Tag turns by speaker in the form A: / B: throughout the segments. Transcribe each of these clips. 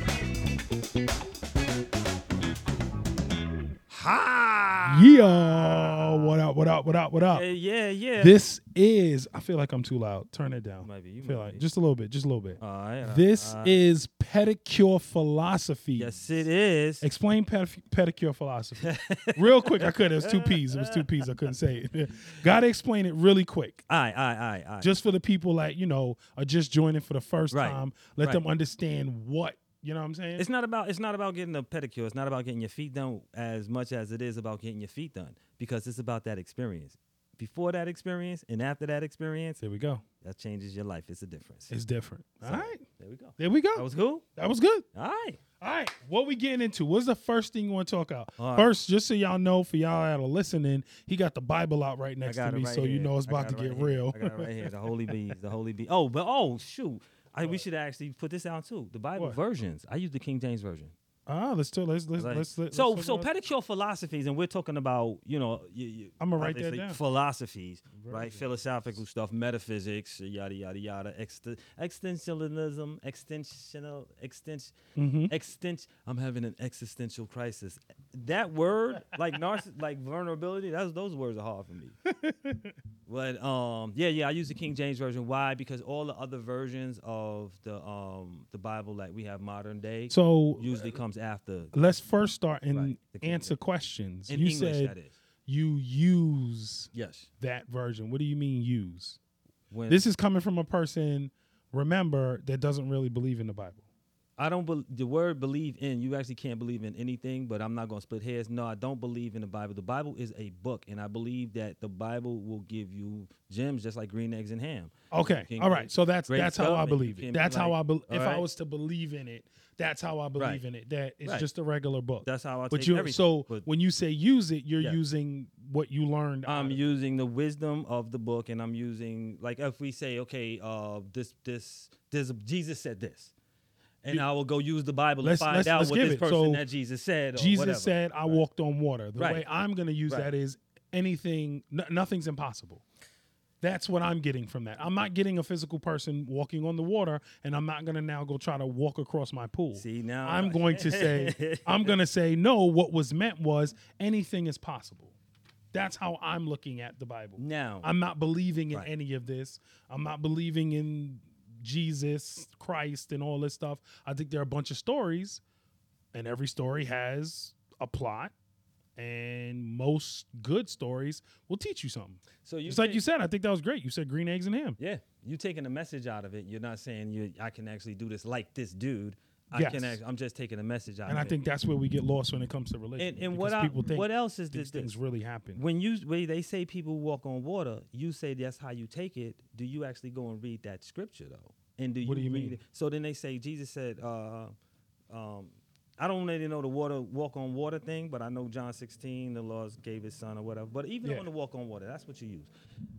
A: Ah!
B: Ha!
A: Yeah. What up? What up? What up? What up?
B: Yeah, yeah, yeah.
A: This is. I feel like I'm too loud. Turn it down.
B: Might be, you
A: feel
B: might
A: like
B: be. Uh,
A: just a little bit. Just a little bit.
B: All right, all
A: this
B: right.
A: is pedicure philosophy.
B: Yes, it is.
A: Explain pedif- pedicure philosophy real quick. I couldn't. It was two P's. It was two P's. I couldn't say it. Got to explain it really quick,
B: Aye, aye, aye, aye.
A: just for the people like you know are just joining for the first
B: Right,
A: time. Let
B: right.
A: them understand what you know. what I'm saying.
B: It's not about it's not about getting a pedicure. It's not about getting your feet done as much as it is about getting your feet done because it's about that experience. Before that experience and after that experience,
A: there we go.
B: that changes your life. It's a difference.
A: It's different. All right.
B: There we go.
A: There we go.
B: That was cool.
A: that was good.
B: All right.
A: All right, what we getting into? What's the first thing you want to talk about?
B: All right.
A: First, just so y'all know, for y'all that are listening, he got the Bible out right next to
B: got it
A: me,
B: right
A: so you
B: here.
A: know it's
B: I
A: about to
B: got it
A: get
B: right here.
A: real.
B: I got it right here. The holy bees, the holy bees. Oh, but oh shoot, I, we should actually put this out too. The Bible
A: What?
B: versions. I use the King James version.
A: ah, let's do. Let's let's
B: Like-
A: let's. let's
B: so
A: let's
B: so
A: talk about-
B: pedicure philosophies, and we're talking about you know you,
A: I'ma write that
B: obviously
A: down.
B: philosophies, right? Philosophical stuff, metaphysics, yada yada yada, ext- extensionalism, extensional, extension,
A: Mm-hmm.
B: extension. I'm having an existential crisis. That word, like narciss, like vulnerability, that's those words are hard for me. But um, yeah, yeah, I use the King James version. Why? Because all the other versions of the um the Bible, like we have modern day,
A: so
B: usually comes after
A: let's first start and
B: Right, the King
A: answer questions.
B: in
A: you
B: English.
A: said
B: that is
A: you use
B: yes.
A: that version. What do you mean use?
B: When
A: This is coming from a person. Remember that doesn't really believe in the Bible.
B: I don't bel the word believe in. You actually can't believe in anything, but I'm not going to split hairs. No, I don't believe in the Bible. The Bible is a book, and I believe that the Bible will give you gems, just like green eggs and ham.
A: Okay.
B: King
A: All
B: James.
A: right. So that's
B: Great
A: that's how I
B: stuff. You
A: believe it.
B: can
A: That's how
B: like-
A: I believe.
B: all
A: If I
B: right.
A: was to believe in it, that's how I believe
B: Right.
A: in it. That it's
B: Right.
A: just a regular book.
B: That's how I
A: but
B: take
A: you
B: everything.
A: so
B: But
A: when you say use it, you're
B: Yeah. Um,
A: using what you learned. out
B: I'm
A: of-
B: using the wisdom of the book, and I'm using like if we say, okay, uh, this this this Jesus said this, and I will go use the Bible
A: Let's-
B: to find
A: let's-
B: out
A: let's
B: what
A: give
B: this
A: it.
B: person
A: So,
B: that Jesus said. Or
A: Jesus
B: whatever.
A: said, "I walked on water." The
B: Right.
A: way I'm going to use
B: Right.
A: that is anything. no- nothing's impossible. That's what I'm getting from that. I'm not getting a physical person walking on the water, and I'm not going to now go try to walk across my pool.
B: See, now
A: I'm
B: I-
A: going to say, I'm going to say, no, what was meant was anything is possible. That's how I'm looking at the Bible.
B: Now-
A: I'm not believing in
B: Oh. Right.
A: any of this. I'm not believing in Jesus Christ and all this stuff. I think there are a bunch of stories, and every story has a plot, and most good stories will teach you something.
B: So you
A: It's like
B: think-
A: you said. I think that was great. You said green eggs and ham.
B: Yeah, you taking a message out of it. You're not saying you I can actually do this like this dude. I
A: Yes.
B: can. Act, I'm just taking a message out.
A: And
B: of
A: I
B: it.
A: think that's where we get lost when it comes to religion.
B: And, and what
A: because
B: I, what else is
A: these
B: this?
A: things really happen.
B: When you when they say people walk on water, you say that's how you take it. Do you actually go and read that scripture though? And do you,
A: What do you
B: read
A: mean?
B: it? So then they say Jesus said, uh, um, I don't really know the water walk on water thing, but I know John 16, the Lord gave His Son or whatever. But even
A: Yeah.
B: on the walk on water, that's what you use.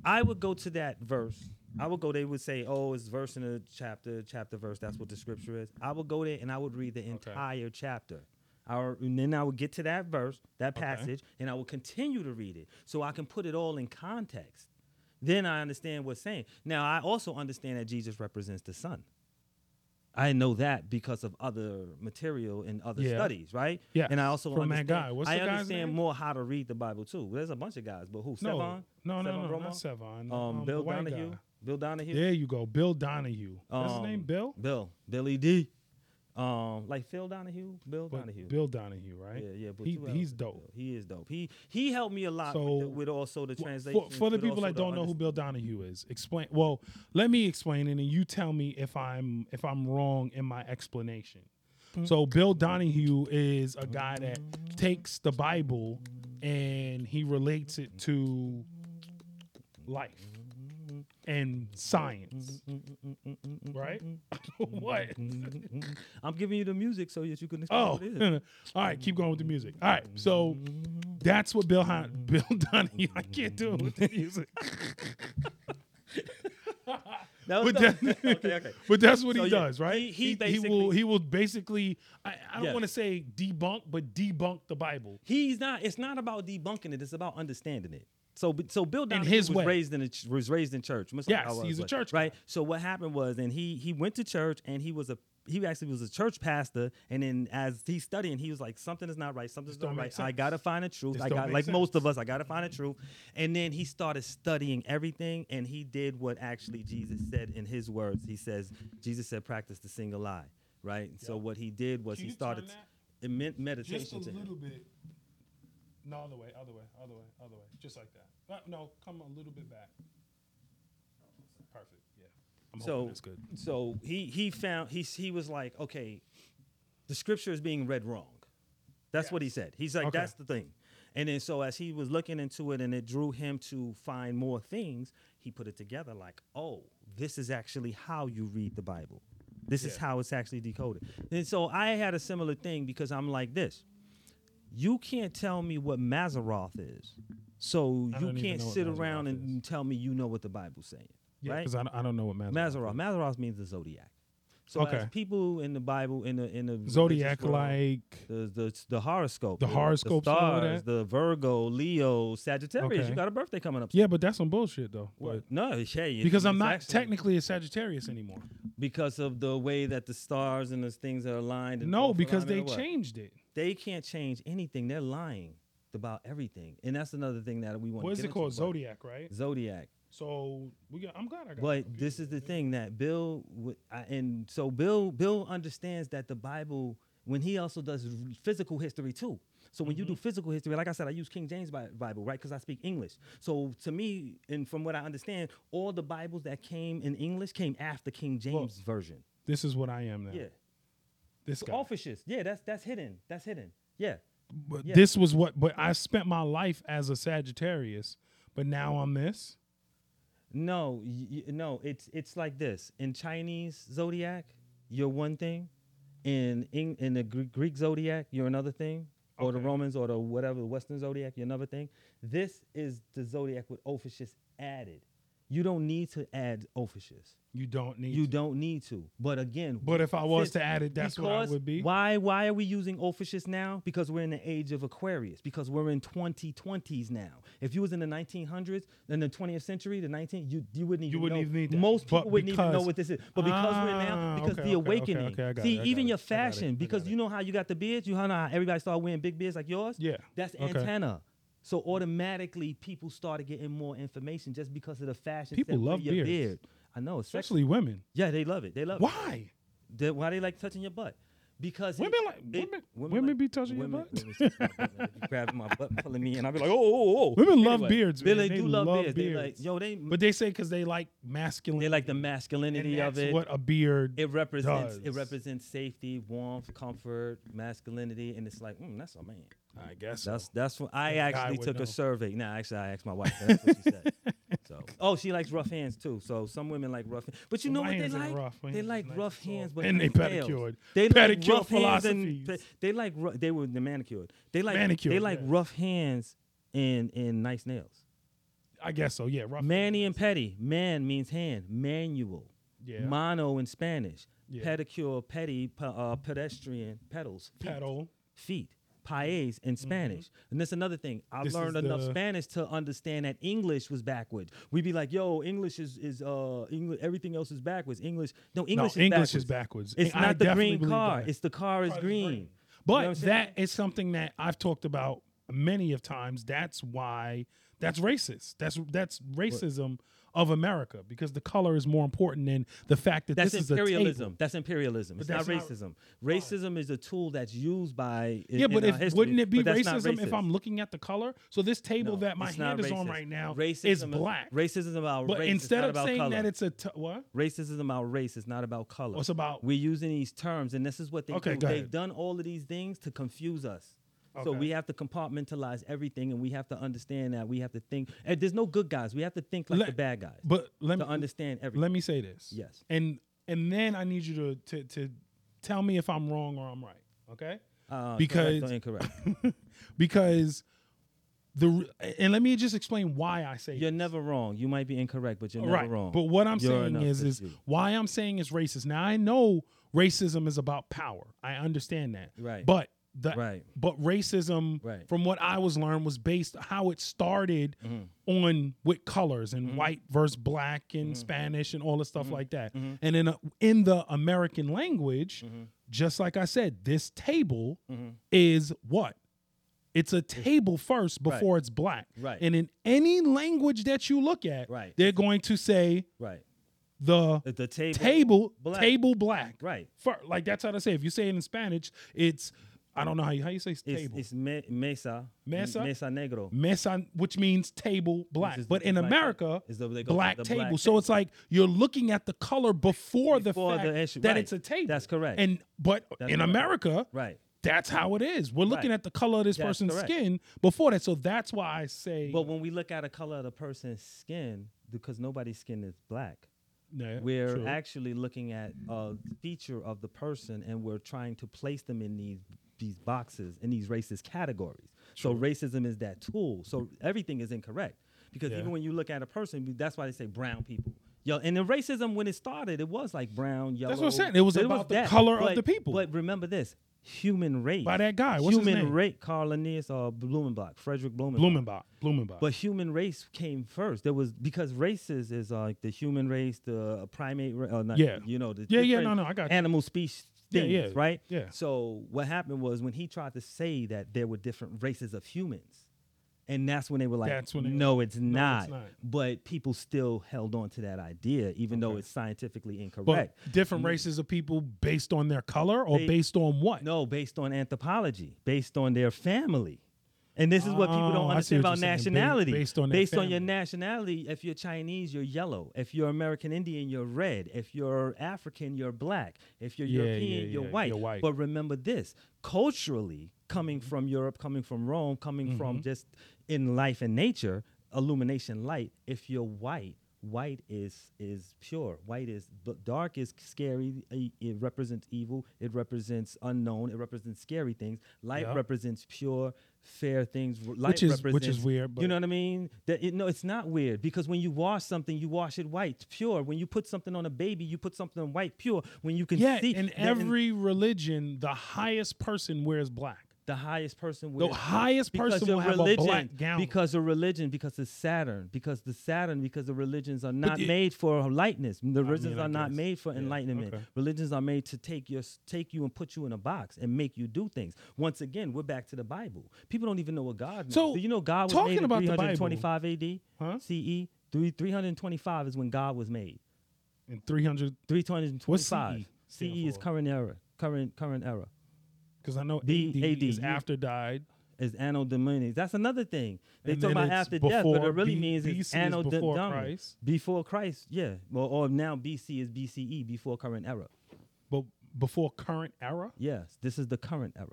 B: I would go to that verse. I would go. They would say, "Oh, it's verse in a chapter, chapter verse." That's what the scripture is. I would go there and I would read the entire chapter. I would- and then I would get to that verse, that passage, and I would continue to read it so I can put it all in context. Then I understand what's saying. Now I also understand that Jesus represents the Son. I know that because of other material and other
A: Yeah.
B: studies, right?
A: Yes.
B: And I also
A: From that
B: understand,
A: guy. What's
B: I
A: the guy's
B: understand
A: name?
B: more how to read the Bible too. There's a bunch of guys, but who?
A: No,
B: Sevon?
A: no, no,
B: Sevon
A: no,
B: Romo?
A: not Sevon.
B: Um,
A: Um,
B: Bill
A: the white
B: Donahue.
A: guy.
B: Bill Donahue.
A: There you go, Bill Donahue. What's his
B: Um,
A: name? Bill.
B: Bill. Billy D. Um, like Phil Donahue. Bill
A: But
B: Donahue.
A: Bill Donahue, right?
B: Yeah, yeah. But
A: He-
B: you have-
A: he's dope.
B: He is dope. He he helped me a lot
A: So,
B: with, the, with also the
A: Well,
B: translation.
A: For, for the people that don't know who Bill Donahue is, explain. Well, let me explain it, and you tell me if I'm if I'm wrong in my explanation. So Bill Donahue is a guy that takes the Bible and he relates it to life and science, right? what?
B: I'm giving you the music so that you can explain
A: Oh,
B: what it is.
A: all right. Keep going with the music. All right. So that's what Bill Hon- Bill Donahue. I can't do it with the music,
B: That was
A: but,
B: dope.
A: that-
B: okay, okay.
A: but that's what
B: So,
A: he
B: yeah,
A: does, right?
B: he- he
A: will
B: basically-
A: he will basically. I, I don't
B: Yes.
A: want to say debunk, but debunk the Bible.
B: He's not. It's not about debunking it. It's about understanding it. So, but- so Bill Donahue
A: his
B: was
A: way.
B: raised in a, ch- was raised in church. much like
A: Yes,
B: I was,
A: he's a
B: like,
A: church
B: right? So what happened was, and he he went to church, and he was a he actually was a church pastor, and then as he's studying, he was like, something is not right, something's not
A: don't make
B: right. I
A: sense.
B: gotta find the truth.
A: This
B: I
A: don't
B: got
A: make
B: like
A: sense.
B: most of us, I gotta find the truth. And then he started studying everything, and he did what actually Jesus said in his words. He says, Jesus said, practice the single lie, right? So what he did was
A: Can
B: he
A: you turn
B: started.
A: that?
B: It meant meditation
A: Just
B: to
A: a
B: him.
A: little bit. No, other way, other way, other way, other way. Just like that. Uh, no, come a little bit back. Perfect. Yeah. I'm hoping
B: so
A: that's good.
B: so he he found he he was like okay the scripture is being read wrong that's what he said he's like
A: Okay.
B: that's the thing and then so as he was looking into it and it drew him to find more things he put it together like oh this is actually how you read the bible this is
A: Yeah.
B: how it's actually decoded and so i had a similar thing because i'm like this you can't tell me what Mazaroth is, so
A: I
B: you
A: don't even
B: can't
A: know what
B: sit
A: Maseroth
B: around and
A: is.
B: tell me you know what the Bible's saying.
A: Yeah,
B: right?
A: because I, don't- I don't know what matters.
B: Mazaroth. Mazaroth means the zodiac. So
A: Okay.
B: as people in the Bible, in the in the religious
A: Zodiac
B: world,
A: like.
B: the, the the horoscope,
A: The horoscopes
B: the
A: and all
B: stars,
A: that?
B: the Virgo, Leo, Sagittarius.
A: Okay.
B: You got a birthday coming up.
A: Yeah, but that's some bullshit though.
B: What?
A: But-
B: No, hey, it-
A: because I'm
B: it's
A: not
B: actually
A: technically a Sagittarius anymore.
B: because of the way that the stars and those things are aligned. And
A: No,
B: off
A: because they
B: alignment or what.
A: changed it.
B: They can't change anything. They're lying about everything, and that's another thing that we want.
A: What
B: to
A: is
B: get
A: it
B: into,
A: called?
B: but-
A: Zodiac, right?
B: Zodiac.
A: So we got. I'm glad I got. my
B: But
A: computer
B: this is the
A: right there.
B: thing that Bill w- I- and so Bill Bill understands that the Bible when he also does physical history too. So when you do physical history, like I said, I use King James Bi- Bible, right? Because I speak English. So to me, and from what I understand, all the Bibles that came in English came after King James version.
A: This is what I am now.
B: Yeah,
A: This
B: so
A: guy.
B: officious. Yeah, that's that's hidden. That's hidden. Yeah,
A: But
B: yeah.
A: This was what. But I spent my life as a Sagittarius, but now I'm this.
B: no, y- y- no. It's it's like this in Chinese zodiac, you're one thing. In Eng- in the Gre- Greek zodiac, you're another thing, or the
A: Okay.
B: Romans or the whatever the Western zodiac, you're another thing. This is the zodiac with Ophiuchus added. You don't need to add Ophiuchus.
A: You don't need.
B: You
A: to.
B: don't need to. But again,
A: But if I was
B: since-
A: to add it, that's what I
B: because
A: would be.
B: Why why are we using Ophiuchus now? Because we're in the age of Aquarius, because we're in 2020s now. If you was in the 1900s, in the 20th century, the 19th, you, you wouldn't even
A: You wouldn't
B: know.
A: even need that.
B: Most
A: But
B: people wouldn't even know
A: because-
B: what this is. But because we're
A: Ah,
B: now, because
A: okay, okay,
B: the
A: okay,
B: awakening.
A: okay, I got
B: See,
A: it, I
B: even
A: got
B: your
A: it, I got it, I
B: fashion, because
A: got
B: you know how you got the beards, you know how everybody started wearing big beards like yours?
A: Yeah,
B: That's
A: okay.
B: antenna. So automatically people started getting more information just because of the fashion.
A: People
B: set with
A: love
B: your
A: beards.
B: beard. I know, it's sexy.
A: Especially women.
B: Yeah, they love it. They love it.
A: Why?
B: They, why they like touching your butt? Because it-
A: Women like- women- women be touching your butt?
B: women touch my butt, man. They be grabbing my butt, pulling me, and I'll be like, oh, oh, oh.
A: Women love beards,
B: They,
A: man.
B: like,
A: They
B: do love,
A: love
B: beards. They like,
A: beards.
B: yo, they
A: But they say because they like masculine.
B: they like the
A: and
B: masculinity
A: that's
B: of it.
A: what a beard.
B: it represents it
A: does.
B: represents safety, warmth, comfort, masculinity, and it's like, mm, that's a man.
A: I guess so.
B: That's that's what I
A: guy
B: actually
A: would
B: took
A: know.
B: a survey. Now, actually, I asked my wife. and That's what she said. So, oh, she likes rough hands too. So some women like rough. hands. But you know
A: Well, my
B: what they
A: hands ain't
B: like?
A: rough. My
B: They
A: hands is
B: like
A: nice
B: rough
A: and soft.
B: hands, but
A: And they
B: not nails.
A: pedicured.
B: They
A: Pedicure
B: like rough hands and
A: philosophies.
B: pe- they like ru- they were the manicured. They like They
A: Manicured,
B: like
A: yeah.
B: rough hands and and nice nails.
A: I guess so. Yeah. Rough.
B: Manny and petty. Man means hand. Manual.
A: Yeah.
B: Mono in Spanish.
A: Yeah.
B: Pedicure, petty, pe- uh, pedestrian, pedals, feet
A: pedal.
B: feet, pies in Spanish. And that's another thing. I
A: Mm-hmm. This
B: learned
A: is
B: enough
A: the-
B: Spanish to understand that English was backwards. We'd be like, yo, English is, is uh English everything else is backwards. English no English,
A: no,
B: is,
A: English
B: backwards.
A: is backwards.
B: It's
A: I
B: not the
A: definitely
B: green
A: believe
B: car.
A: that.
B: It's the car is
A: Car is green.
B: green.
A: But
B: You know what I'm saying?
A: that is something that I've talked about many of times. That's why that's racist. That's that's racism of America because the color is more important than the fact that
B: that's
A: this is a table.
B: imperialism. That's imperialism. It's
A: that's
B: not
A: not-
B: racism. racism is a tool that's used by
A: Yeah, but if, wouldn't it be racism if I'm looking at the color? So this table that my hand is on right now
B: racism
A: is black.
B: Racism is about
A: but
B: race. it's
A: instead
B: not
A: of
B: about
A: saying
B: color.
A: that it's a t- what?
B: racism is about race. It's not about color.
A: It's about-
B: we're using these terms, and this is what they
A: Okay,
B: do.
A: go
B: They've
A: ahead.
B: done all of these things to confuse us. So
A: Okay.
B: we have to compartmentalize everything, and we have to understand that we have to think. And there's no good guys. We have to think like
A: Let-
B: the bad guys
A: But let
B: to
A: me
B: understand everything.
A: let me say this.
B: Yes.
A: And and then I need you to to, to tell me if I'm wrong or I'm right. Okay.
B: uh,
A: because-
B: correct or incorrect.
A: because the re- and let me just explain why I say
B: you're never wrong. You might be incorrect, but you're never
A: right.
B: wrong.
A: But what I'm
B: You're
A: saying
B: enough.
A: is
B: It's
A: is
B: you.
A: why I'm saying it's racist. Now I know racism is about power. I understand that.
B: Right.
A: But the
B: Right.
A: but racism
B: Right. Mm-hmm.
A: from what I was learned was based how it started on with colors and white versus black and
B: Mm-hmm.
A: Spanish and all the stuff like that. And in a, in the American language,
B: Mm-hmm.
A: just like I said, this table is what it's a table first before it's black.
B: Right.
A: And in any language that you look at,
B: Right.
A: they're going to say
B: Right.
A: the
B: The, the table.
A: table
B: black.
A: table black.
B: Right.
A: Fir- like that's how to say. it. If you say it in Spanish, it's I don't know how you how you say
B: It's,
A: table.
B: it's me, mesa.
A: Mesa?
B: Mesa negro.
A: Mesa, which means table black.
B: is the
A: But in
B: black-
A: America,
B: is the- they go-
A: black
B: the
A: table.
B: black
A: So it's like you're looking at the color before,
B: Before
A: the fact
B: the issue,
A: that
B: right.
A: it's a table.
B: That's correct.
A: And but
B: That's
A: in
B: correct.
A: America,
B: Right.
A: that's how it is. We're looking
B: Right.
A: at the color of this
B: That's
A: person's
B: correct.
A: skin before that. So that's why I say
B: But when we look at the color of the person's skin, because nobody's skin is black,
A: Yeah,
B: we're
A: true.
B: actually looking at a feature of the person and we're trying to place them in these these boxes in these racist categories. So racism is that tool. So everything is incorrect because
A: Yeah.
B: even when you look at a person, we- that's why they say brown people. Yo, and the racism when it started, it was like brown, yellow.
A: what I'm saying. It was about the color of
B: But-
A: the people.
B: But remember this: human race
A: By that guy. What's his
B: human
A: name?
B: race, Carl Linnaeus or Blumenbach, Frederick Blumenbach.
A: Blumenbach. Blumenbach.
B: But human race came first. There was because races is uh, like the human race, the primate, ra- uh, not,
A: Yeah.
B: you know, the
A: Yeah, yeah,
B: different
A: no, no, I got you.
B: animal species,
A: Yeah,
B: things,
A: yeah,
B: right?
A: yeah.
B: So what happened was when he tried to say that there were different races of humans, and that's when they were like,
A: That's when they were
B: no, it's not.
A: not.
B: But people still held on to that idea, even though it's scientifically
A: But
B: incorrect.
A: different races of people based on their color or
B: They-
A: based on what?
B: No, based on anthropology, based on their family. And this is what people
A: Oh,
B: don't
A: I see
B: understand
A: what
B: about
A: you're saying. Ba-
B: nationality.
A: based on their
B: your
A: family.
B: nationality, if you're Chinese, you're yellow. If you're American Indian, you're red. If you're African, you're black. If you're
A: Yeah,
B: European,
A: yeah,
B: you're,
A: yeah,
B: white.
A: you're white.
B: But remember this culturally, coming from Europe, coming from Rome, coming from
A: Mm-hmm.
B: just in life and nature, illumination light, if you're white, White is is pure. White is but dark is scary. i- It represents evil. It represents unknown. It represents scary things. Light
A: Yeah.
B: represents pure, fair things. R- Light
A: is- which is
B: represents-
A: weird, but-
B: you know what I mean? That it, no, it's not weird because when you wash something, you wash it white, it's pure. When you put something on a baby, you put something on white, pure. When you can
A: Yet
B: see
A: in
B: that
A: every religion, the highest person wears black.
B: the highest person
A: The
B: will
A: highest person will have a black gown.
B: because of religion, because of Saturn, because the Saturn, because the religions are not
A: it-
B: made for lightness. The religions
A: I
B: are not
A: guess.
B: made for enlightenment.
A: okay.
B: Religions are made to take your take you and put you in a box and make you do things. Once again, we're back to the Bible. People don't even know what God. meant.
A: So,
B: do you know God was
A: talking
B: made in
A: about the Bible,
B: 325 A.D.
A: Huh?
B: C.E. E, Three, 325 is when God was made.
A: in 300,
B: 325
A: What's E? CE
B: CE
A: stand
B: E is
A: for?
B: current era. Current current era.
A: because I know
B: B-
A: AD, is
B: AD.
A: after died.
B: is anno domini. That's another thing. They
A: And
B: talk
A: then
B: about
A: it's
B: after death, but
A: before
B: it really
A: B-
B: means it's
A: BC is
B: anno Dom-
A: before
B: domini.
A: Christ.
B: Before Christ, yeah. Well, or now BC is BCE, before current era.
A: But before current era,
B: Yes, this is the current era.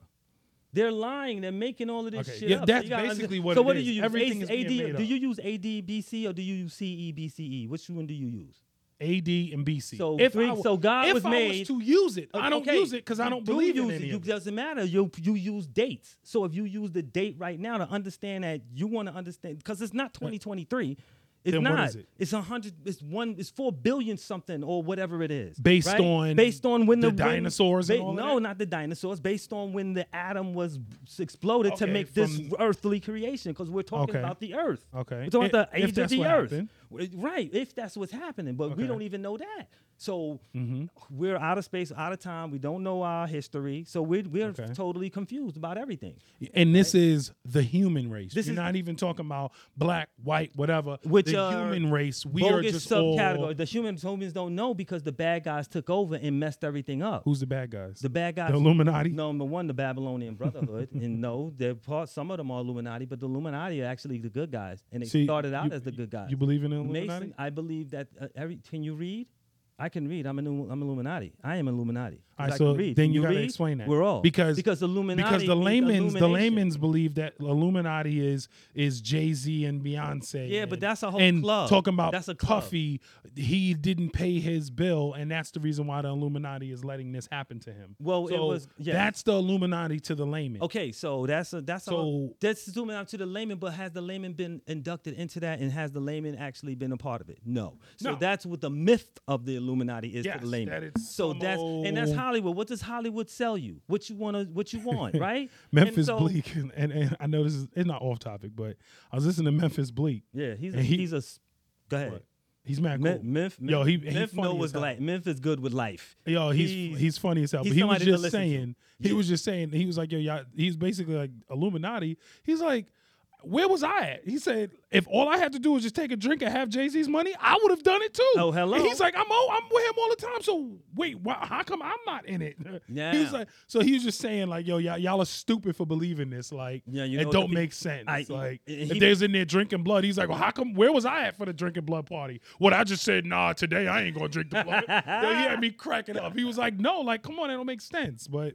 B: They're lying. They're making all of this
A: Okay,
B: shit
A: yeah,
B: up.
A: that's
B: You gotta
A: basically
B: understand-
A: what
B: so
A: it
B: what
A: is.
B: do you use?
A: Everything is
B: AD,
A: being made
B: do
A: up.
B: you use ADBC or do you use E, CEBCE? Which one do you use?
A: AD and BC.
B: So
A: if
B: three-
A: I, wa-
B: so God
A: if
B: was
A: I
B: made-
A: to use it, I don't
B: Okay,
A: use it because I
B: you
A: don't
B: do
A: believe in
B: use
A: any
B: it. You-
A: of it.
B: doesn't matter. You you use dates. So if you use the date right now to understand that you want to understand because it's not 2023. It's
A: Then what
B: not.
A: is it?
B: It's a hundred. It's one. It's four billion something or whatever it is.
A: Based
B: right?
A: on
B: based on when
A: the
B: the, when-
A: dinosaurs and
B: ba-
A: all of
B: no,
A: that?
B: not the dinosaurs. Based on when the atom was exploded to
A: Okay,
B: make this
A: from-
B: earthly creation. Because we're talking
A: Okay.
B: about the earth.
A: Okay.
B: We're talking about
A: I-
B: the age
A: if
B: of
A: that's
B: the
A: what
B: earth.
A: happened.
B: W- Right, if that's what's happening, but
A: Okay. Mm-hmm.
B: we don't even know that. So we're out of space, out of time. We don't know our history, so we're we're
A: Okay.
B: totally confused about everything.
A: And this is the human race.
B: This
A: You're
B: is-
A: not even talking about black, white, whatever.
B: Which
A: the
B: are
A: human race. We are
B: Bogus
A: just all-
B: subcategory. the humans humans don't know because the bad guys took over and messed everything up.
A: Who's the bad guys?
B: the bad guys?
A: The Illuminati?
B: No, number one, the Babylonian Brotherhood, and no, they're part. Some of them are Illuminati, but the Illuminati are actually the good guys, and they
A: See,
B: started out
A: you-
B: as the good guys.
A: You believe in the Illuminati?
B: Mason, I believe that uh, every. Can you read? I can read. I'm a new, I'm Illuminati. I am Illuminati. 'Cause
A: All right,
B: I
A: so
B: can read.
A: then
B: Can
A: you, gotta
B: read?
A: explain that.
B: We're all
A: because
B: because Illuminati
A: because the
B: means
A: layman's the
B: illumination.
A: layman's believe that Illuminati is is Jay Z and Beyonce.
B: Yeah, but
A: and-
B: that's a whole
A: and
B: club.
A: Talking about
B: That's a club.
A: Puffy, he didn't pay his bill, and that's the reason why the Illuminati is letting this happen to him.
B: Well, it
A: So
B: was- yes.
A: that's the Illuminati to the layman.
B: Okay, so that's a, that's all.
A: So-
B: That's zooming out to the layman, but has the layman been inducted into that, and has the layman actually been a part of it? No. So
A: No.
B: that's what the myth of the Illuminati is to
A: Yes,
B: the layman.
A: that it's
B: so
A: some
B: that's and that's
A: old-
B: Hollywood. What does Hollywood sell you? What you wanna what you want, right? And
A: Memphis
B: so-
A: Bleak, and, and, and I know this is it's not off topic, but I was listening to Memphis Bleak.
B: Yeah, he's a,
A: And he-
B: he's a s- go ahead.
A: What? He's mad cool.
B: Me- Memph,
A: Yo, he- he
B: Memph
A: funny
B: knows
A: as hell.
B: like Memph is good with life.
A: Yo, he's he's,
B: He's-
A: funny as hell.
B: he's
A: But he was
B: somebody to
A: just
B: listen to.
A: saying, he
B: Yeah.
A: was just saying, he was like, yo, y'all, he's basically like Illuminati. He's like, where was I at? He said, if all I had to do was just take a drink and have Jay Z's money, I would have done it too.
B: Oh, hello.
A: And he's like, I'm all, I'm with him all the time. So wait, why, how come I'm not in it? He was
B: Yeah.
A: like, so he was just saying like, yo, y'all, y'all are stupid for believing this. Like,
B: Yeah, you know
A: it
B: what
A: don't
B: the peop-
A: make sense.
B: I-
A: like,
B: he-
A: if they was in there drinking blood, he's like, well, how come? Where was I at for the drinking blood party? What I just said, nah, today I ain't gonna drink the blood. Yo, he had me cracking up. He was like, no, like, come on, that don't make sense. But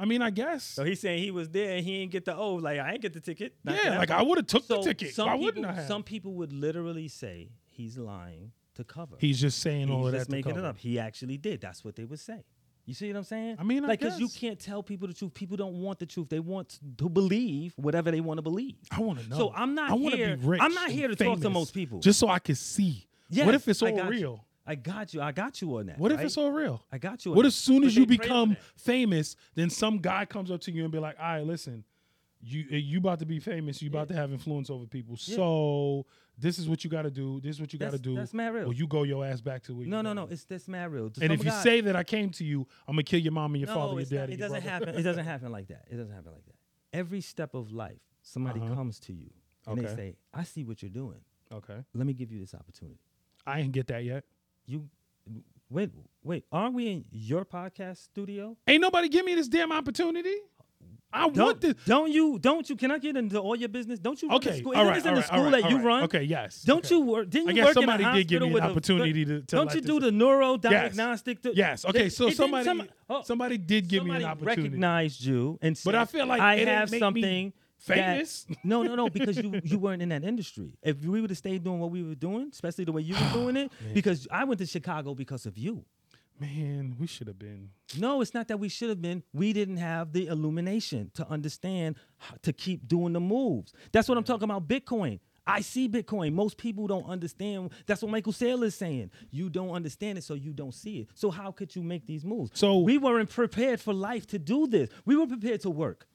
A: I mean, I guess,
B: So he's saying he was there and he didn't get the oh, like I ain't get the ticket. Not
A: yeah,
B: that
A: like
B: one.
A: I would have took
B: so
A: the ticket.
B: Some
A: Why
B: people,
A: wouldn't I have?
B: Some people would literally say he's lying to cover.
A: he's just saying all
B: he's
A: of that.
B: just
A: to
B: making it
A: cover.
B: up. He actually did. That's what they would say. You see what I'm saying?
A: I mean, I
B: like, you
A: guess.
B: can't tell people the truth. People don't want the truth. They want to believe whatever they want to believe.
A: I want to know.
B: So I'm not
A: I wanna
B: here-
A: Be rich
B: I'm not
A: and
B: here to talk to
A: famous
B: most people.
A: Just so I can see.
B: Yes,
A: what if it's
B: I
A: all
B: got you.
A: real?
B: I got you. I got you on that.
A: What if
B: right?
A: it's all real?
B: I got you. on
A: What
B: that.
A: as soon
B: But
A: as you
B: they pray on
A: become
B: that.
A: famous, then some guy comes up to you and be like, "All right, listen, you uh, you about to be famous. You about to have influence over people.
B: Yeah.
A: So this is what you got to do. This is what you got to
B: That's-
A: do.
B: that's mad real.
A: Or you go your ass back to where you
B: No, no,
A: belong.
B: no. It's that's mad real.
A: And
B: Some
A: if you
B: guy-
A: say that I came to you, I'm gonna kill your mom and your father, your
B: it's
A: dad,
B: not-
A: and
B: it
A: your
B: doesn't
A: brother.
B: happen. It doesn't happen like that. It doesn't happen like that. Every step of life, somebody
A: Uh-huh.
B: comes to you and
A: Okay.
B: they say, "I see what you're doing.
A: okay,
B: Let me give you this opportunity."
A: I ain't get that yet.
B: You wait, wait. Aren't we in your podcast studio?
A: Ain't nobody give me this damn opportunity. I want
B: Don't
A: this.
B: don't you don't you? Can I get into all your business? Don't you? run the
A: Okay,
B: school,
A: all
B: isn't
A: right,
B: this
A: all
B: in the
A: right, all
B: school
A: right,
B: that
A: all
B: you
A: right.
B: run?
A: Okay, yes.
B: Don't
A: okay.
B: you work? Didn't
A: I
B: you
A: guess
B: work
A: somebody
B: in a
A: did give
B: hospital
A: me an
B: with a-
A: opportunity to- to
B: don't
A: let
B: you
A: this-
B: do the neurodiagnostic? to-
A: Yes. Okay.
B: It-
A: So
B: it didn't-
A: somebody,
B: some- oh,
A: somebody did give me an
B: somebody
A: opportunity.
B: Recognized you and said,
A: I feel like
B: I
A: it didn't
B: have
A: make me
B: something that-
A: famous.
B: no, no, no, because you you weren't in that industry. If we would have stayed doing what we were doing, especially the way you were doing it, because I went to Chicago because of you.
A: Man, we should have been.
B: No, it's not that we should have been. We didn't have the illumination to understand h- to keep doing the moves. That's what I'm talking about. Bitcoin. I see Bitcoin. Most people don't understand. That's what Michael Saylor is saying. You don't understand it, so you don't see it. So how could you make these moves?
A: So-
B: we weren't prepared for life to do this. We were prepared to work.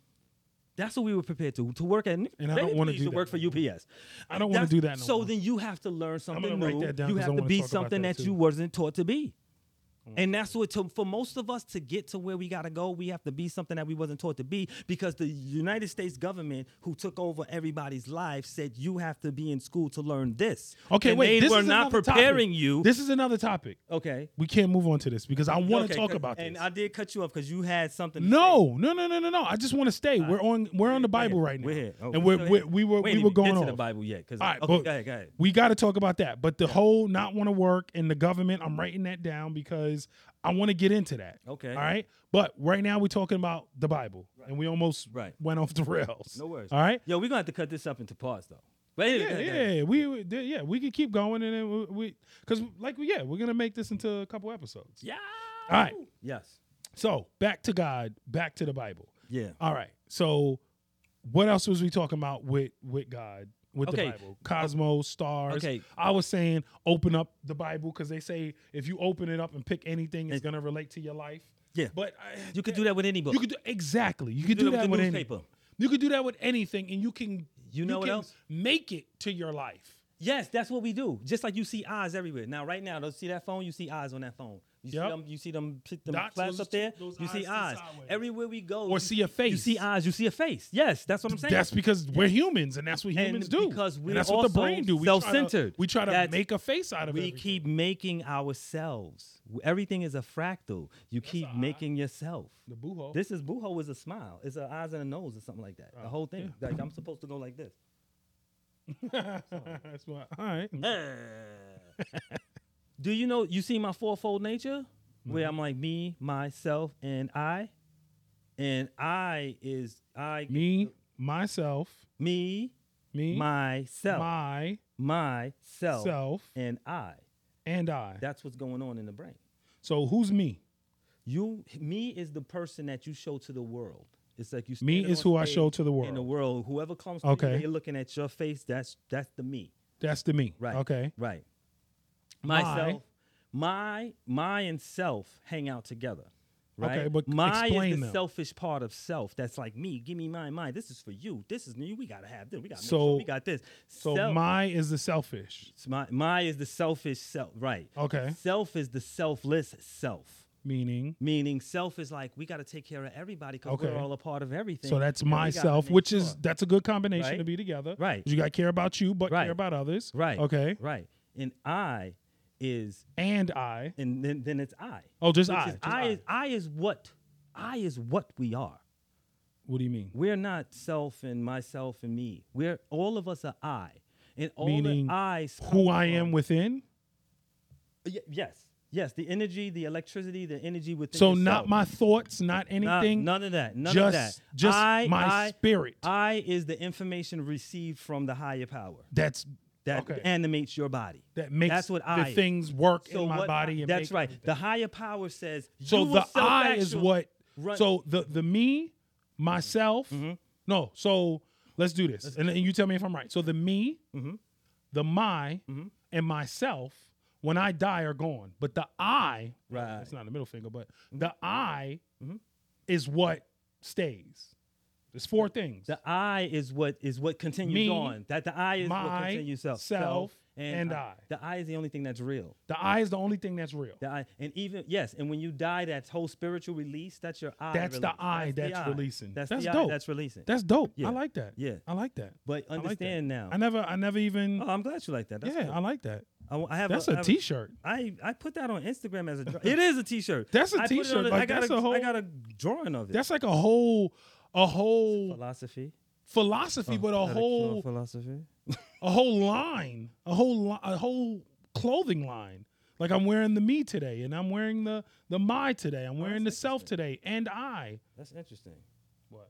B: That's what we were prepared to to work at. And
A: I don't wanna do
B: to
A: that
B: work for
A: no more.
B: UPS.
A: I don't wanna
B: That's-
A: do that no
B: so
A: more.
B: then you have to learn something
A: write
B: new.
A: that down
B: you
A: 'cause I
B: have to
A: wanna
B: be
A: talk about
B: something
A: that
B: that,
A: too.
B: you wasn't taught to be.
A: Mm.
B: And that's what to, for most of us to get to where we gotta go, we have to be something that we wasn't taught to be because the United States government, who took over everybody's life, said you have to be in school to learn this.
A: Okay,
B: and
A: wait.
B: They
A: this
B: were
A: is
B: not
A: another topic.
B: preparing you.
A: This is another topic.
B: okay.
A: We can't move on to this because I want
B: Okay,
A: to talk
B: 'cause-
A: about this.
B: And I did cut you off because you had something. to say.
A: no, no, no, no, no, no. I just want to stay. we're on. We're on the Bible right now,
B: We're here. Oh,
A: and
B: we
A: we're,
B: still
A: we
B: here?
A: we were
B: We
A: we
B: ain't even
A: were
B: get
A: going
B: to
A: on
B: the Bible yet, 'cause-
A: All right,
B: okay,
A: but
B: go ahead, go ahead.
A: we got to talk about that. But the whole not want to work and the government, I'm writing that down because I want to get into that.
B: Okay.
A: All right. But right now we're talking about the Bible, and we almost
B: Right.
A: went off the rails.
B: No worries.
A: All right.
B: Yo, we're gonna have to cut this up into parts though. But anyway,
A: Yeah,
B: go ahead, go
A: yeah,
B: ahead.
A: yeah. we, we th- yeah, we could keep going, and then we- we, because like, yeah, we're gonna make this into a couple episodes.
B: Yeah.
A: All right.
B: Yes.
A: So back to God, back to the Bible.
B: Yeah.
A: All right. So what else was we talking about with with God? With
B: Okay.
A: the Bible, cosmos, stars.
B: Okay.
A: I was saying open up the Bible because they say if you open it up and pick anything, it's gonna relate to your life.
B: Yeah.
A: but I,
B: You could do that with any book.
A: You could do exactly. You, could do, that with,
B: the
A: any-
B: newspaper.
A: You could do that with anything, and you can
B: You know what
A: can
B: else?
A: Make it to your life.
B: Yes, that's what we do. Just like you see eyes everywhere. Now, right now, don't see that phone. You see eyes on that phone. You
A: Yep.
B: see them. You see them. Put them
A: Dots,
B: flaps
A: those
B: up
A: two-
B: there.
A: those
B: You see eyes
A: eyes to sideways.
B: everywhere we go.
A: Or
B: you-
A: see a
B: You
A: face.
B: see eyes. You see a face. Yes, that's what I'm saying.
A: That's because we're humans, and that's what
B: And
A: humans do.
B: because
A: And
B: we're
A: that's what the
B: also
A: brain do. We try to-
B: self-centered.
A: We try to,
B: That's-
A: make a face out of it.
B: we keep making ourselves. Everything is a fractal. You keep making yourself.
A: the buho.
B: This is buho is a smile. It's an eyes and a nose or something like that. the whole thing. Like I'm supposed to go like this.
A: that's why. All right.
B: Do you know? You see my fourfold nature, where I'm like me, myself, and I, and I is I
A: Me, myself,
B: me
A: me,
B: myself myself
A: myself,
B: and I.
A: and I.
B: That's what's going on in the brain.
A: So who's me?
B: You, me is the person that you show to the world. It's like you.
A: Me
B: standing
A: is
B: on
A: who I
B: stage
A: show to the
B: In the world,
A: world.
B: whoever comes. To okay.
A: Okay.
B: You, they're looking at your face. That's that's the me.
A: That's the me.
B: Right.
A: Okay.
B: Right.
A: My-
B: Myself. my my and self hang out together. Right?
A: Okay, but
B: my
A: explain
B: is the
A: them.
B: selfish part of self that's like me. Give me mine, mine. This is for you. This is new. We gotta have this. We gotta make sure
A: So-
B: we got this.
A: So
B: Self-
A: my is the selfish.
B: it's my my is the selfish self. Right.
A: Okay.
B: Self is the selfless self.
A: Meaning.
B: Meaning self is like we gotta take care of everybody because
A: Okay.
B: we're all a part of everything.
A: So that's
B: and we gotta
A: myself,
B: make
A: which is
B: sure.
A: that's a good combination
B: Right?
A: to be together.
B: Right.
A: You got to care about you, but
B: Right.
A: care about others.
B: right.
A: Okay.
B: Right. And I is
A: And I.
B: and then then it's I.
A: Oh, just
B: Which
A: I.
B: is
A: just
B: I is I is what I is what we are.
A: What do you mean?
B: We're not self and myself and me. We're all of us are I, and all
A: Meaning
B: the I's
A: Who
B: come
A: I am
B: from-
A: within.
B: Y- yes, yes. The energy, the electricity, the energy within.
A: So
B: yourself.
A: not my thoughts,
B: Not-
A: not anything.
B: none of that. None
A: just
B: of that.
A: just
B: I,
A: my
B: I,
A: spirit.
B: I is the information received from the higher power
A: that's
B: that
A: okay.
B: animates your body.
A: that makes
B: that's what
A: the
B: I is.
A: things work in my
B: what
A: body. and
B: that's
A: make
B: right.
A: everything.
B: The higher power says.
A: So
B: you
A: the
B: will
A: I is
B: self-actual-
A: what.
B: Run- Mm-hmm.
A: So the the me, myself. No. So let's do this, and then you tell me if I'm right. So the me,
B: Mm-hmm.
A: the my, and myself. When I die, are gone, but the I.
B: Right. Mm-hmm.
A: It's not a middle finger, but the I is what stays. There's four things.
B: The I is what is what continues
A: Me,
B: on. That the I is what
A: my,
B: continues self,
A: self, and I.
B: The I is the only thing that's real.
A: the I is the only thing that's real.
B: The I and even yes, and when you die, that whole spiritual release, that's your I.
A: That's the
B: release.
A: I
B: the
A: that's releasing.
B: That's,
A: That's
B: the
A: dope.
B: I that's releasing.
A: That's dope.
B: Yeah.
A: I like that.
B: Yeah.
A: I like that.
B: but
A: I like that.
B: understand now.
A: I never, I never even.
B: oh, I'm glad you like that. That's
A: yeah,
B: cool.
A: I like that.
B: I wa- I have
A: That's
B: a, I
A: a
B: have
A: T-shirt.
B: I, I put that on Instagram as a. dra- it is a T-shirt.
A: That's a
B: a
A: t-shirt, like,
B: I got
A: that's
B: a,
A: a whole-
B: I got a drawing of it.
A: That's like a whole, a whole
B: philosophy.
A: philosophy, but a
B: Not cure
A: whole,
B: philosophy.
A: a whole line, a whole, li- a whole clothing line. Like I'm wearing the me today, and I'm wearing the the my today. I'm wearing the
B: Oh, that's
A: self today, and I.
B: That's interesting.
A: What?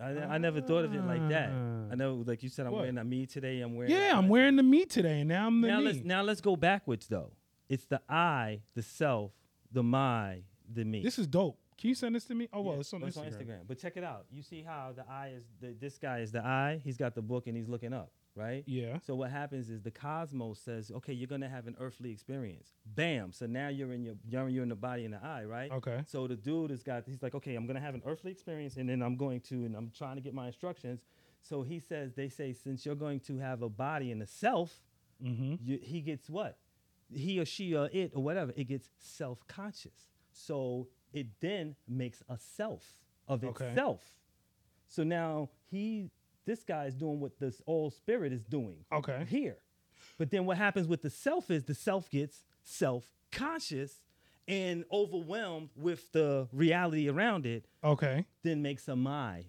B: I, I never thought of it like that.
A: Ah.
B: I know, like you said, I'm
A: What?
B: wearing a me today. I'm wearing.
A: Yeah,
B: a-
A: I'm wearing the me today, and now I'm the
B: Now
A: me.
B: let's now let's go backwards though. It's the I, the self, the my, the me.
A: This is dope. Can you send this to me? Oh well,
B: Yeah,
A: it's on
B: but
A: Instagram.
B: But check it out. You see how the I is the, this guy is the I. He's got the book and he's looking up, right?
A: Yeah.
B: So what happens is the cosmos says, okay, you're gonna have an earthly experience. Bam. So now you're in your you're, you're in the body and the eye, right?
A: Okay.
B: So the dude has got he's like, okay, I'm gonna have an earthly experience, and then I'm going to and I'm trying to get my instructions. So he says, they say, since you're going to have a body and a self,
A: Mm-hmm.
B: you, he gets what? He or she or it or whatever, it gets self conscious. So it then makes a self of
A: Okay.
B: itself. So now he, this guy is doing what this all spirit is doing
A: Okay.
B: here. But then what happens with the self is the self gets self conscious and overwhelmed with the reality around it,
A: Okay.
B: then makes a my.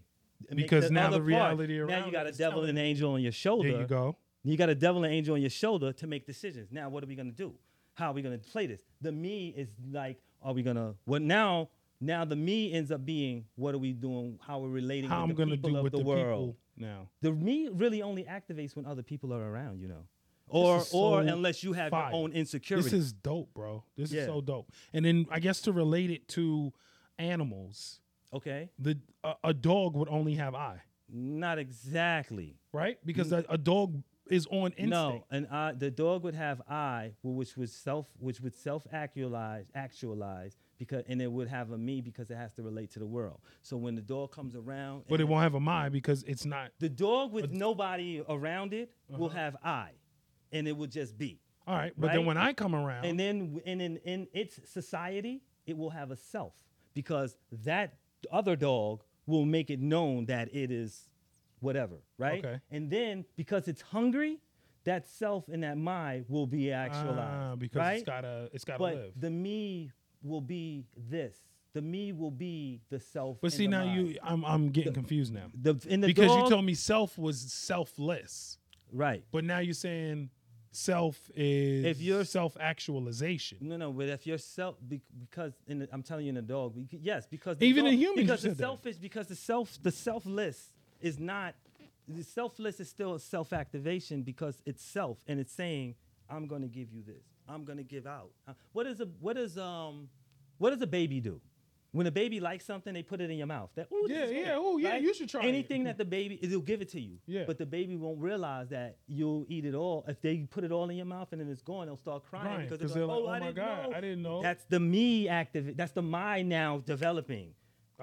B: It makes
A: Because now
B: other
A: the
B: part-
A: reality
B: Now
A: around
B: you got a
A: it is
B: devil
A: telling
B: and an angel on your shoulder.
A: There you go.
B: You got a devil and angel on your shoulder to make decisions. Now, what are we gonna do? How are we gonna play this? The me is like, are we gonna? Well, now, now the me ends up being, what are we doing? How we're relating
A: How
B: with
A: I'm
B: the
A: gonna
B: people
A: do
B: of
A: with
B: the,
A: the,
B: world?
A: people now?
B: The me really only activates when other people are around, you know, or
A: is
B: or
A: so
B: unless you have
A: fire.
B: your own insecurity.
A: This is dope, bro. This is
B: Yeah.
A: so dope. And then I guess to relate it to animals,
B: okay,
A: the a, a dog would only have eye,
B: not exactly.
A: right? Because a, a dog is on instinct.
B: Mm. No, and I, the dog would have I, wh- which was self, which would self actualize, actualize because, and it would have a me because it has to relate to the world. So when the dog comes around,
A: But it
B: and
A: won't have a mind because it's not.
B: the dog with nobody around it will
A: Uh-huh.
B: have I, and it will just be.
A: All right. But then
B: Right?
A: when I come around,
B: And then, w- and in, in its society, it will have a self because that other dog will make it known that it is whatever, right?
A: Okay.
B: And then because it's hungry, that self and that my will be actualized,
A: ah, because
B: right?
A: it's gotta, it's gotta
B: but
A: live.
B: the me will be this. The me will be the self.
A: but
B: and
A: see
B: the
A: now
B: my.
A: you, I'm, I'm getting confused now
B: the in the
A: because
B: dog,
A: you told me self was selfless,
B: right.
A: but now you're saying self is
B: If you're-
A: self actualization.
B: No, no, but if you're self, bec- because in the, I'm telling you, in a dog, bec- yes, because
A: Even
B: the
A: in
B: dog-
A: humans, you
B: because the
A: said that.
B: selfish, because the self, the selfless is not, the selfless is still self activation because it's self and it's saying, I'm going to give you this, I'm going to give out. Uh, What is a what is um, what does a baby do? When a baby likes something, they put it in your mouth. That ooh, this
A: Yeah,
B: is good,"
A: yeah, ooh, yeah,
B: right?
A: you should try it.
B: anything that the baby it'll give it to you.
A: Yeah.
B: But the baby won't realize that you'll eat it all. If they put it all in your mouth and then it's gone, they'll start crying
A: Right,
B: because they're like, "Oh, I
A: my
B: didn't
A: god,
B: know."
A: I didn't know.
B: That's the me active. That's the my now developing.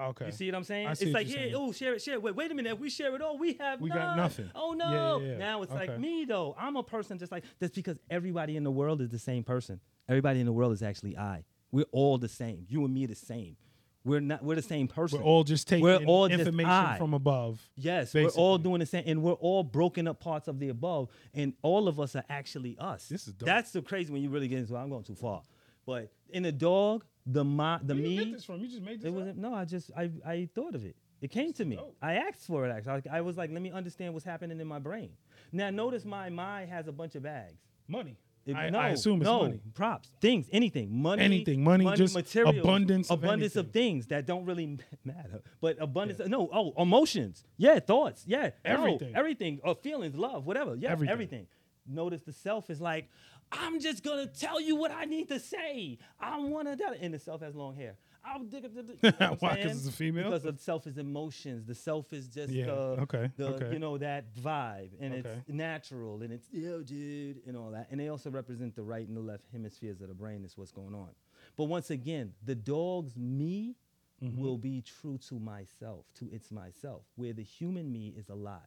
A: okay.
B: You see what I'm saying?
A: I see
B: it's
A: what
B: like,
A: you're
B: here,
A: saying.
B: oh, share it, share it. Wait, wait a minute. If we share it all, we have
A: We
B: none.
A: got nothing.
B: Oh
A: Yeah,
B: no.
A: yeah, yeah.
B: Now it's like
A: Okay.
B: me though. I'm a person just like that's because everybody in the world is the same person. Everybody in the world is actually I. We're all the same. You and me are the same. We're not. We're the same person.
A: We're all just taking
B: We're all just
A: information
B: I.
A: from above.
B: Yes, we're all
A: Basically.
B: doing the same, and we're all broken up parts of the above, and all of us are actually us.
A: This is dope.
B: that's the crazy when you really get into. it. I'm going too far, but in the dog, the my, the
A: Where
B: me,
A: you get this from? You just made this
B: it wasn't.
A: up?
B: No, I just I I thought of it. It came to me.
A: dope.
B: I asked for it actually. I, I was like, let me understand what's happening in my brain. Now notice my mind has a bunch of bags.
A: money.
B: It-
A: I, I assume it's
B: no,
A: money.
B: props, things, anything, money,
A: Anything, money, just
B: materials,
A: abundance of
B: abundance of, things that don't really m- matter, but abundance. No, oh, emotions, yeah, thoughts, yeah, no,
A: Everything.
B: everything, or feelings, love, whatever, yeah, everything.
A: Everything.
B: Notice the self is like, I'm just gonna tell you what I need to say. I wanna that, and the self has long hair. I'll dig up the. the- you know what I'm
A: Why? 'Cause
B: saying?
A: it's a female?
B: Because the self is emotions. The self is just
A: Yeah,
B: the,
A: okay,
B: the
A: okay.
B: you know that vibe, and
A: Okay.
B: it's natural and it's yo dude and all that and they also represent the right and the left hemispheres of the brain is what's going on but once again the dog's me
A: Mm-hmm.
B: will be true to myself to its myself where the human me is a lie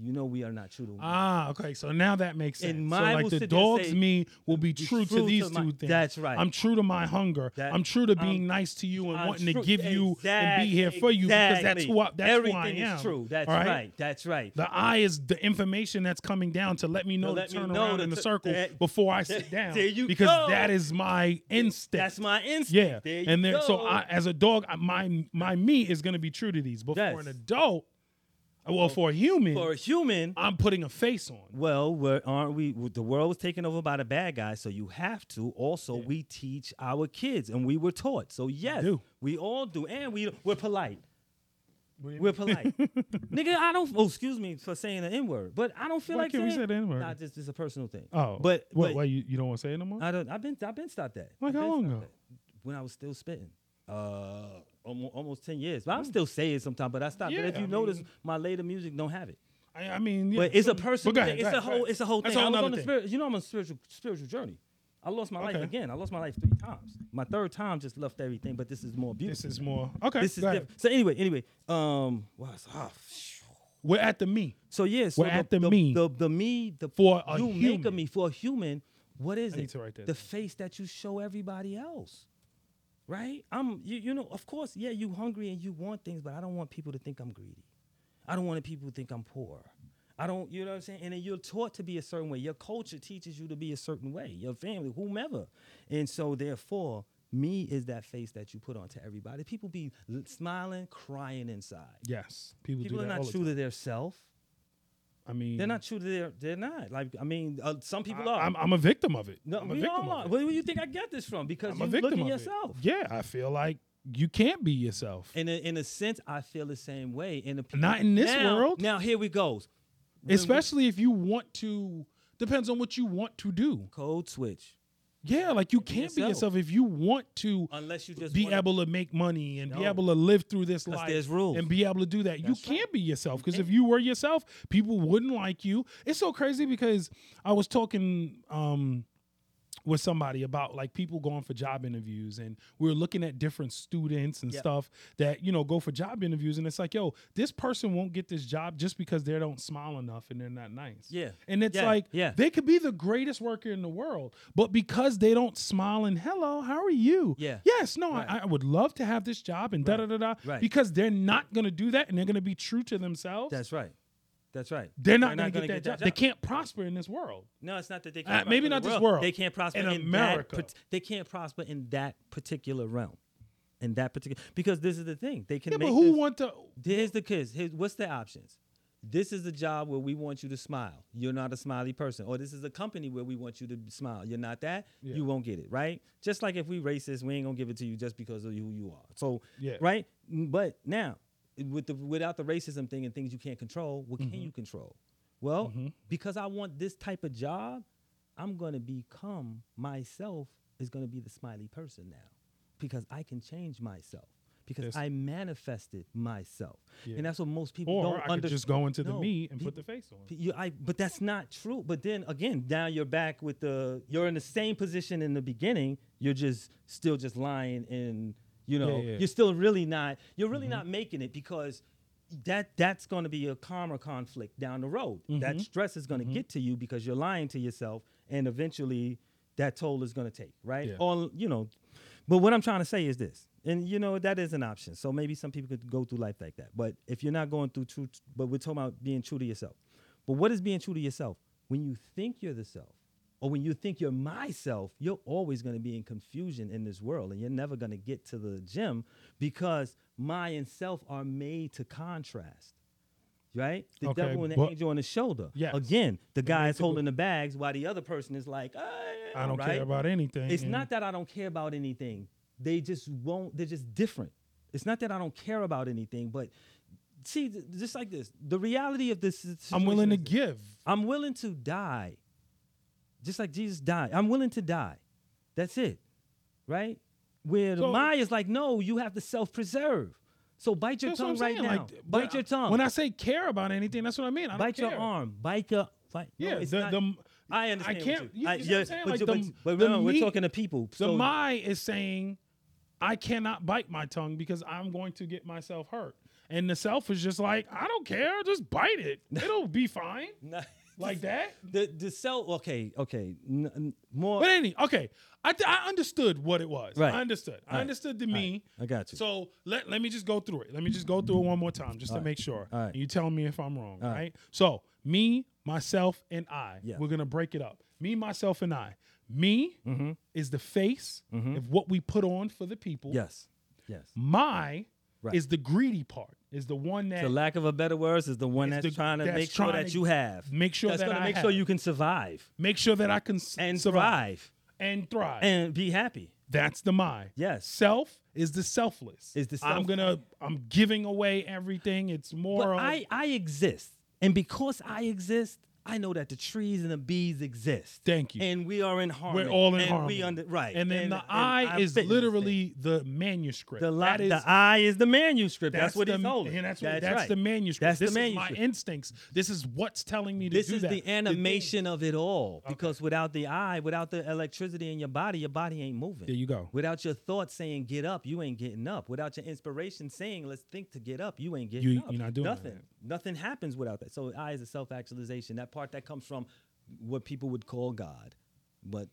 B: you know we are not true to
A: Ah, okay. So now that makes sense.
B: And mine
A: so like
B: will
A: the
B: sit there and
A: dog's
B: say,
A: me will be
B: true
A: true, to
B: to
A: these
B: my-
A: two things.
B: That's right.
A: I'm true to my hunger.
B: That-
A: I'm true to being
B: I'm-
A: nice to you and
B: I'm
A: wanting
B: true-
A: to give you and be here for you because that's
B: exactly.
A: who I, that's
B: Everything
A: who I am.
B: is true that's
A: All
B: right? that's right
A: The I is the information that's coming down to let me know to
B: let me
A: turn
B: know
A: around
B: to
A: in the
B: tu-
A: circle
B: that-
A: before I sit down.
B: There you
A: because
B: go.
A: that is my instinct.
B: that's my instinct
A: Yeah,
B: there you
A: and then so
B: go.
A: I, as a dog, I, my my me is gonna be true to these. But for
B: Yes.
A: an adult, well, for a human,
B: for a human
A: I'm putting a face on.
B: Well, we're, aren't we? The world was taken over by the bad guys, so you have to. Also, we teach our kids, and we were taught. So yes,
A: do.
B: we all do, and we we're polite. We're polite, nigga. I don't. Oh, excuse me for saying the n word, but I don't feel
A: Why
B: like
A: can't we
B: saying-
A: say the N-word?
B: Nah, just it's a personal thing.
A: Oh,
B: but
A: what,
B: but
A: why you, you don't want to say it no more?
B: I don't. I've been I've been stopped that.
A: Like,
B: I've
A: how
B: been
A: long
B: stopped
A: ago?
B: that. When I was still spitting. Uh, almost, almost ten years. But I still say it sometimes. But I stopped.
A: Mm. Yeah,
B: but if you
A: I
B: notice,
A: mean-
B: my later music don't have it.
A: I, I mean, yeah,
B: But it's
A: so-
B: a personal.
A: but go
B: thing.
A: ahead,
B: it's
A: go
B: a
A: ahead, go
B: whole.
A: ahead.
B: It's a whole
A: That's
B: thing.
A: a
B: I
A: whole
B: was on the
A: nother thing.
B: spirit. You know, I'm on a spiritual spiritual journey. I lost my
A: Okay.
B: life again. I lost my life three times. My third time just left everything. But this is more
A: This
B: beautiful.
A: is more okay.
B: This is,
A: go ahead.
B: different. So anyway, anyway, um, wow, it's- ah, phew.
A: We're at the me.
B: so yeah, so
A: We're
B: the,
A: at the
B: the,
A: me.
B: the the me, the
A: For a
B: you make
A: human.
B: of me for a human. What is
A: I
B: it?
A: need to write that
B: the
A: down.
B: face that you show everybody else, right? I'm you, you know, of course, yeah, you hungry and you want things, but I don't want people to think I'm greedy. I don't want people to think I'm poor. I don't, you know what I'm saying? And then you're taught to be a certain way. Your culture teaches you to be a certain way, your family, whomever. And so, therefore, me is that face that you put on to everybody. People be l- smiling, crying inside.
A: Yes, people,
B: People
A: do
B: are
A: that all
B: not
A: the
B: true
A: time.
B: to their self.
A: I mean,
B: They're not true to their, they're not. Like, I mean, uh, some people
A: I,
B: are.
A: I'm, I'm a victim of it.
B: no,
A: I'm a
B: we
A: victim
B: all
A: of
B: are.
A: it.
B: Where do you think I get this from? Because
A: I'm
B: you
A: a
B: look
A: victim
B: at
A: of
B: yourself.
A: It. Yeah, I feel like you can't be yourself.
B: In a, in a sense, I feel the same way. In a,
A: Not in this
B: now,
A: world.
B: Now, here we goes. When we-
A: especially if you want to depends on what you want to do
B: Code switch.
A: yeah like you can't be
B: Yourself.
A: yourself if you want to
B: Unless you just
A: be
B: wanna-
A: able to make money and be
B: No.
A: able to live through this
B: 'Cause
A: life
B: there's rules.
A: and be able to do that you
B: That's
A: can't be yourself because if you were yourself people wouldn't like you it's so crazy because i was talking um with somebody about like people going for job interviews and we are looking at different students and
B: Yep.
A: stuff that you know go for job interviews and it's like yo this person won't get this job just because they don't smile enough and they're not nice
B: Yeah.
A: and it's
B: Yeah.
A: like
B: Yeah.
A: they could be the greatest worker in the world but because they don't smile and hello how are you
B: Yeah.
A: yes no I, I would love to have this job and da da da da
B: Right.
A: because they're not going to do that and they're going to be true to themselves
B: That's right. That's right.
A: they're not going to
B: gonna
A: get, that, job. they can't prosper in this world
B: No, it's not that they
A: Uh,
B: can't. prosper
A: maybe
B: in
A: not
B: the
A: this world.
B: They can't prosper
A: In
B: in,
A: America.
B: That, par- they can't prosper in that particular realm, in that particular. Because this is the thing. They can
A: yeah,
B: make.
A: but who
B: this-
A: want to
B: Here's the kids. Here's, what's the options? This is a job where we want you to smile. You're not a smiley person. Or this is a company where we want you to smile. You're not that.
A: Yeah.
B: You won't get it, right? Just like if we racist, we ain't gonna give it to you just because of who you are. So,
A: Yeah.
B: right? Mm, But now, with the without the racism thing and things you can't control, what
A: Mm-hmm.
B: can you control? Well, because I want this type of job, I'm gonna become myself. Is gonna be the smiley person now, because I can change myself. because
A: That's-
B: I manifested myself,
A: Yeah.
B: and that's what most people
A: Or
B: don't
A: I could
B: under-
A: just go into the
B: No,
A: meat and
B: pe-
A: put the face on.
B: P- You, I, but that's not true. But then again, now you're back with the you're in the same position in the beginning. You're just still just lying, and you know
A: yeah. Mm-hmm.
B: you're still really not. You're really not making it because that that's going to be a karma conflict down the road.
A: Mm-hmm.
B: That stress is going to get to you because you're lying to yourself, and eventually that toll is going to take right.
A: Yeah.
B: Or you know, but what I'm trying to say is this. And you know that is an option. So maybe some people could go through life like that. But if you're not going through true, but we're talking about being true to yourself. But what is being true to yourself? When you think you're the self, or when you think you're myself, you're always going to be in confusion in this world, and you're never going to get to the gym because my and self are made to contrast. Right? The
A: Okay,
B: devil and the
A: but-
B: angel on the shoulder.
A: Yes.
B: Again, the guy is
A: basically-
B: holding the bags while the other person is like, "Ah,
A: I don't
B: right?
A: care about anything.
B: It's
A: and-
B: not that I don't care about anything. They just won't. They're just different. It's not that I don't care about anything, but see, th- just like this, the reality of this. s-
A: I'm willing to
B: situation is this.
A: give.
B: I'm willing to die, just like Jesus died. I'm willing to die. That's it, right? Where the
A: So-
B: mind is like, no, you have to self-preserve. So bite your
A: That's what
B: tongue
A: I'm
B: right
A: saying.
B: now.
A: Like, when
B: bite
A: I-
B: your tongue.
A: When I say care about anything, that's what I mean. I don't
B: bite your
A: care.
B: arm. Bite your. Bite. no,
A: Yeah,
B: it's
A: the,
B: not-
A: the,
B: I understand.
A: I
B: what
A: can't.
B: you-
A: You,
B: I-
A: you see
B: yeah,
A: what I'm saying?
B: but
A: Like
B: you-
A: the,
B: but- but
A: the
B: remember,
A: me-
B: we're talking to people.
A: The
B: so-
A: my is saying, I cannot bite my tongue because I'm going to get myself hurt. And the self is just like, I don't care. Just bite it. It'll be fine.
B: No.
A: Like that.
B: The the cell. Okay, okay. N- n- more.
A: But any okay, I, th- I understood what it was.
B: Right.
A: I understood. I
B: Right.
A: understood the me.
B: I got you.
A: So let, let me just go through it. Let me just go through it one more time just to
B: Alright.
A: make sure.
B: Alright.
A: You tell me if I'm wrong, right.
B: Alright.
A: So me, myself, and I.
B: Yeah.
A: We're gonna break it up. Me, myself, and I. Me
B: Mm-hmm.
A: is the face of what we put on for the people.
B: yes, yes.
A: My
B: Right.
A: is the greedy part, is the one that
B: The lack of a better words is the one
A: It's
B: that's
A: the-
B: trying to
A: that's
B: make sure
A: trying
B: that
A: to
B: you have.
A: make sure
B: that's
A: that
B: gonna
A: I
B: make sure
A: have.
B: you can survive
A: make sure that I can s-
B: and
A: survive
B: thrive
A: and thrive.
B: and be happy.
A: That's the my.
B: Yes.
A: Self is the selfless.
B: Is the
A: I'm
B: self-
A: gonna I'm giving away everything. It's more
B: But
A: of
B: I I exist, and because I exist, I know that the trees and the bees exist.
A: thank you.
B: And we are in harmony.
A: all in
B: and
A: harmony.
B: We under, right.
A: And then the
B: and
A: I
B: I'm fitting this
A: is
B: thing.
A: literally the manuscript.
B: the
A: that
B: li-
A: is
B: the I is the manuscript. That's, what
A: the,
B: he's holding.
A: And that's, what- that's,
B: right.
A: the manuscript.
B: That's the
A: this Is
B: manuscript.
A: my instincts. This is what's telling me to
B: This
A: do
B: is
A: that.
B: the
A: thing-
B: animation of it all. Because without the eye, without the electricity in your body, your body ain't moving.
A: There you go.
B: Without your thoughts saying get up, you ain't getting up. Without your inspiration saying let's think to get up, you ain't getting
A: You-
B: up.
A: you're not doing
B: nothing.
A: that.
B: Nothing happens without that. So I is a self-actualization. That part that comes from what people would call God, but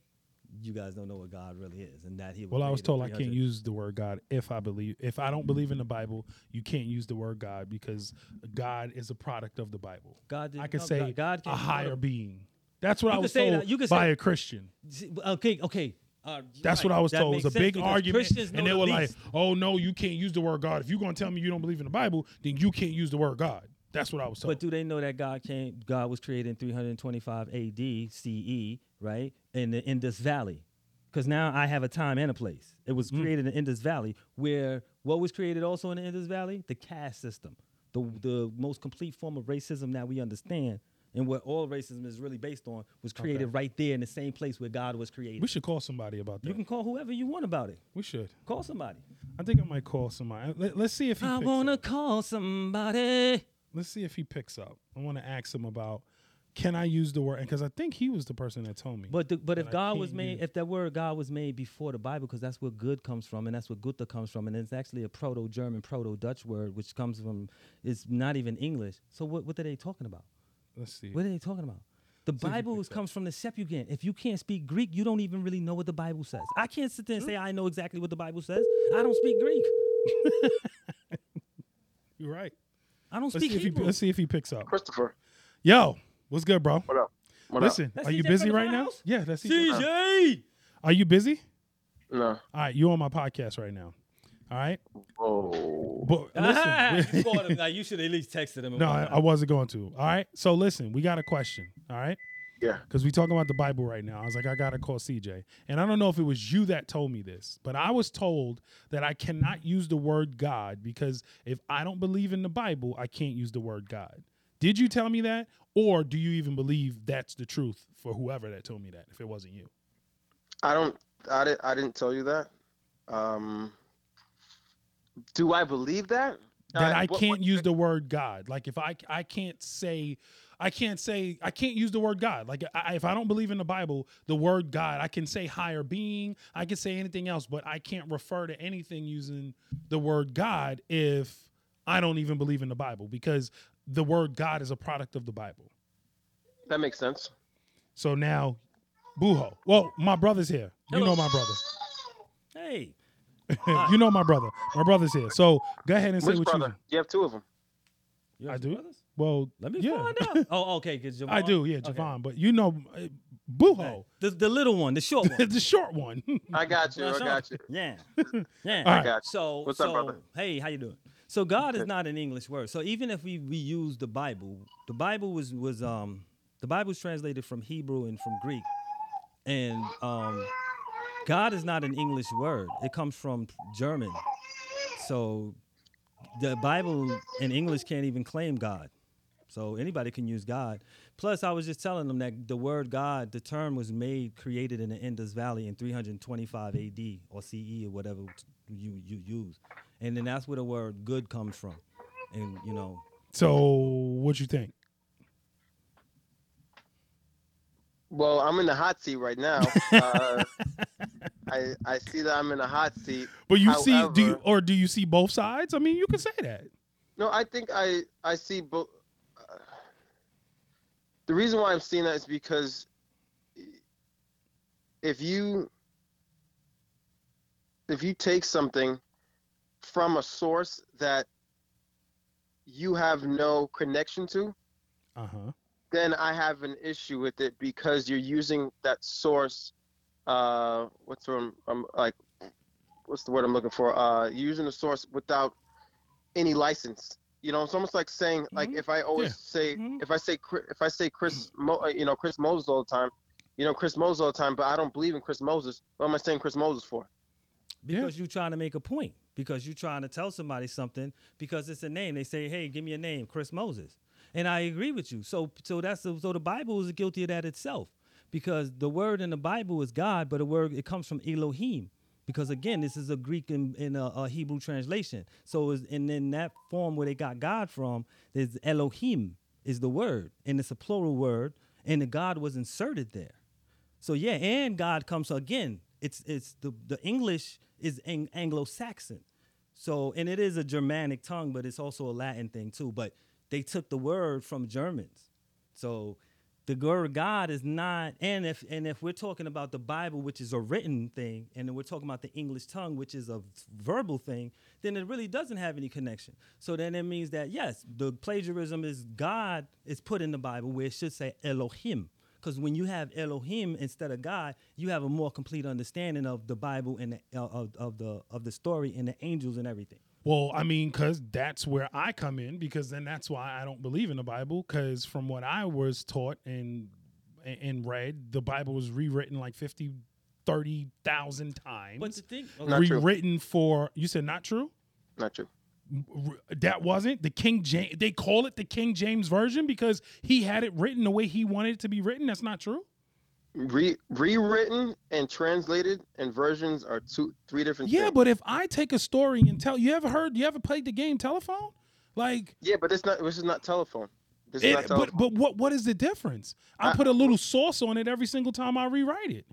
B: you guys don't know what God really is, and that he.
A: Well, I was
B: created
A: told I can't
B: 300.
A: use the word God if I believe if I don't believe in the
B: Mm-hmm.
A: Bible, you can't use the word God because God is a product of the Bible.
B: God didn't
A: I could
B: know-
A: say
B: God- God
A: a
B: came from
A: higher being. That's what I
B: could
A: was
B: say
A: told
B: that- you could
A: by
B: say-
A: a Christian.
B: See, Okay, okay. Uh,
A: That's
B: right.
A: what I was
B: That
A: told. It was
B: makes
A: a
B: sense
A: big
B: because
A: argument,
B: Christians know
A: and they
B: the
A: were like,
B: least.
A: "Oh no, you can't use the word God. If you're gonna tell me you don't believe in the Bible, then you can't use the word God." That's what I was told.
B: But do they know that God came? God was created in 325 A.D. C.E. E, Right in the Indus Valley, because now I have a time and a place. It was created in Indus Valley, where what was created also in the Indus Valley, the caste system, the the most complete form of racism that we understand, and what all racism is really based on, was created right there in the same place where God was created.
A: we should call somebody about that.
B: you can call whoever you want about it.
A: we should.
B: Call somebody.
A: I think I might call somebody. Let, us see if he
B: I
A: picks
B: wanna
A: up.
B: call somebody.
A: Let's see if he picks up. I want to ask him about can I use the word? Because I think he was the person that told me.
B: But the, but
A: I
B: if God was
A: can't
B: made,
A: use-
B: if that word God was made before the Bible, because that's where good comes from, and that's where Gutta comes from, and it's actually a Proto-German, Proto-Dutch word, which comes from it's not even English. So what what are they talking about?
A: let's see.
B: What are they talking about? The Bible is, comes from the Septuagint. If you can't speak Greek, you don't even really know what the Bible says. I can't sit there and say I know exactly what the Bible says. I don't speak Greek.
A: You're right.
B: I don't
A: Let's see,
B: speak
A: if he,
B: Hebrew.
A: let's see if he picks up.
C: Christopher,
A: Yo, what's good, bro?
C: what up? What
A: Listen,
B: That's
A: are you
B: CJ from
A: busy
B: the
A: right now?
B: files?
A: Yeah, that's CJ. Uh,
B: CJ,
A: Are you busy?
C: up? No.
A: All right, you on my podcast right now. All right.
C: Oh.
A: But listen,
B: Ah, you called him. Now you should at least texted him.
A: no, I, I wasn't going to. All right. So listen, we got a question. All right.
C: Yeah.
A: Because we talking about the Bible right now. I was like, I gotta call CJ. And I don't know if it was you that told me this, but I was told that I cannot use the word God because if I don't believe in the Bible, I can't use the word God. Did you tell me that? Or do you even believe that's the truth for whoever that told me that, if it wasn't you?
C: I don't. I didn't. I didn't tell you that. Um. Do I believe that?
A: that
C: Uh,
A: I
C: what-
A: can't
C: what-
A: use the word God. Like if I I can't say I can't say I can't use the word God. Like I, if I don't believe in the Bible, the word God, I can say higher being, I can say anything else, but I can't refer to anything using the word God if I don't even believe in the Bible because the word God is a product of the Bible.
C: That makes sense.
A: So now, Buho. Well, my brother's here. You
B: Hello.
A: know my brother.
B: Hey,
A: you know my brother. My brother's here. So go ahead and say
C: Which
A: what
C: brother?
A: you.
C: You have two of them.
B: you
A: I
B: have
A: do.
B: brothers?
A: Well,
B: Let me
A: yeah.
B: find out. Oh, okay, because
A: I do, yeah, Javon. But you know, uh, Buho,
B: The, the little one, the short one.
A: the short one.
C: I got you.
B: That's
C: I got you.
B: all. Yeah, yeah.
A: All
C: I
A: right.
C: got you.
B: So,
C: What's up,
B: so
C: brother?
B: hey, how you doing? So God is not an English word. So even if we, we use the Bible, the Bible was was um the Bible's translated from Hebrew and from Greek, and um God is not an English word. It comes from German. So the Bible in English can't even claim God. So anybody can use God. Plus, I was just telling them that the word God, the term was made, created in the Indus Valley in 325 AD or CE or whatever you, you use. And then that's where the word good comes from. And, you know,
A: so what you think?
C: Well, I'm in the hot seat right now. Uh, I I see that I'm in a hot seat.
A: But you see, do you,
C: However-
A: or do you see both sides? I mean, you can say that.
C: No, I think I I see both. The reason why I'm seeing that is because if you if you take something from a source that you have no connection to,
A: Uh
B: Uh-huh.
A: huh.
C: then I have an issue with it because you're using that source. Uh, what's the word I'm, I'm like? What's the word I'm looking for? Uh, you're using the source without any license. You know, it's almost like saying like if I always
A: Mm-hmm. Yeah. Mm-hmm.
C: say
B: Mhm.
C: if I say Chri- if I say Chris, Mo, uh, you know Chris Moses all the time, you know Chris Moses all the time, but I don't believe in Chris Moses. What am I saying Chris Moses for?
A: Yeah.
B: because you're trying to make a point, because you're trying to tell somebody something, because it's a name. They say, hey, give me a name, Chris Moses. And I agree with you. So, so that's the, so the Bible is guilty of that itself, because the word in the Bible is God, but the word it comes from Elohim, because again, this is a Greek and, and a, a Hebrew translation. So, is and in that form where they got God from, there's Elohim is the word, and it's a plural word, and the God was inserted there. So yeah, and God comes again. It's it's the the English is ang- Anglo-Saxon. So and it is a Germanic tongue, but it's also a Latin thing too. But they took the word from Germans. So the word God is not and if and if we're talking about the Bible, which is a written thing, and then we're talking about the English tongue, which is a verbal thing, then it really doesn't have any connection. So then it means that yes, the plagiarism is God is put in the Bible where it should say Elohim. Because when you have Elohim instead of God, you have a more complete understanding of the Bible and the, uh, of, of the of the story and the angels and everything.
A: Well, I mean, because that's where I come in, because then that's why I don't believe in the Bible. Because from what I was taught and and read, the Bible was rewritten like 50, 30,000 times.
B: But the thing,
C: Not true.
A: rewritten for, you said not true?
C: Not true.
A: r- that wasn't the King James. They call it the King James version because he had it written the way he wanted it to be written. That's not true.
C: Re- rewritten and translated and versions are two three different.
A: Yeah,
C: things.
A: but if I take a story and tell, you ever heard? You ever played the game telephone? Like,
C: yeah, but it's not. This is not telephone. This is not
A: it,
C: telephone.
A: but but what what is the difference? I
C: I-
A: put a little sauce on it every single time I rewrite it.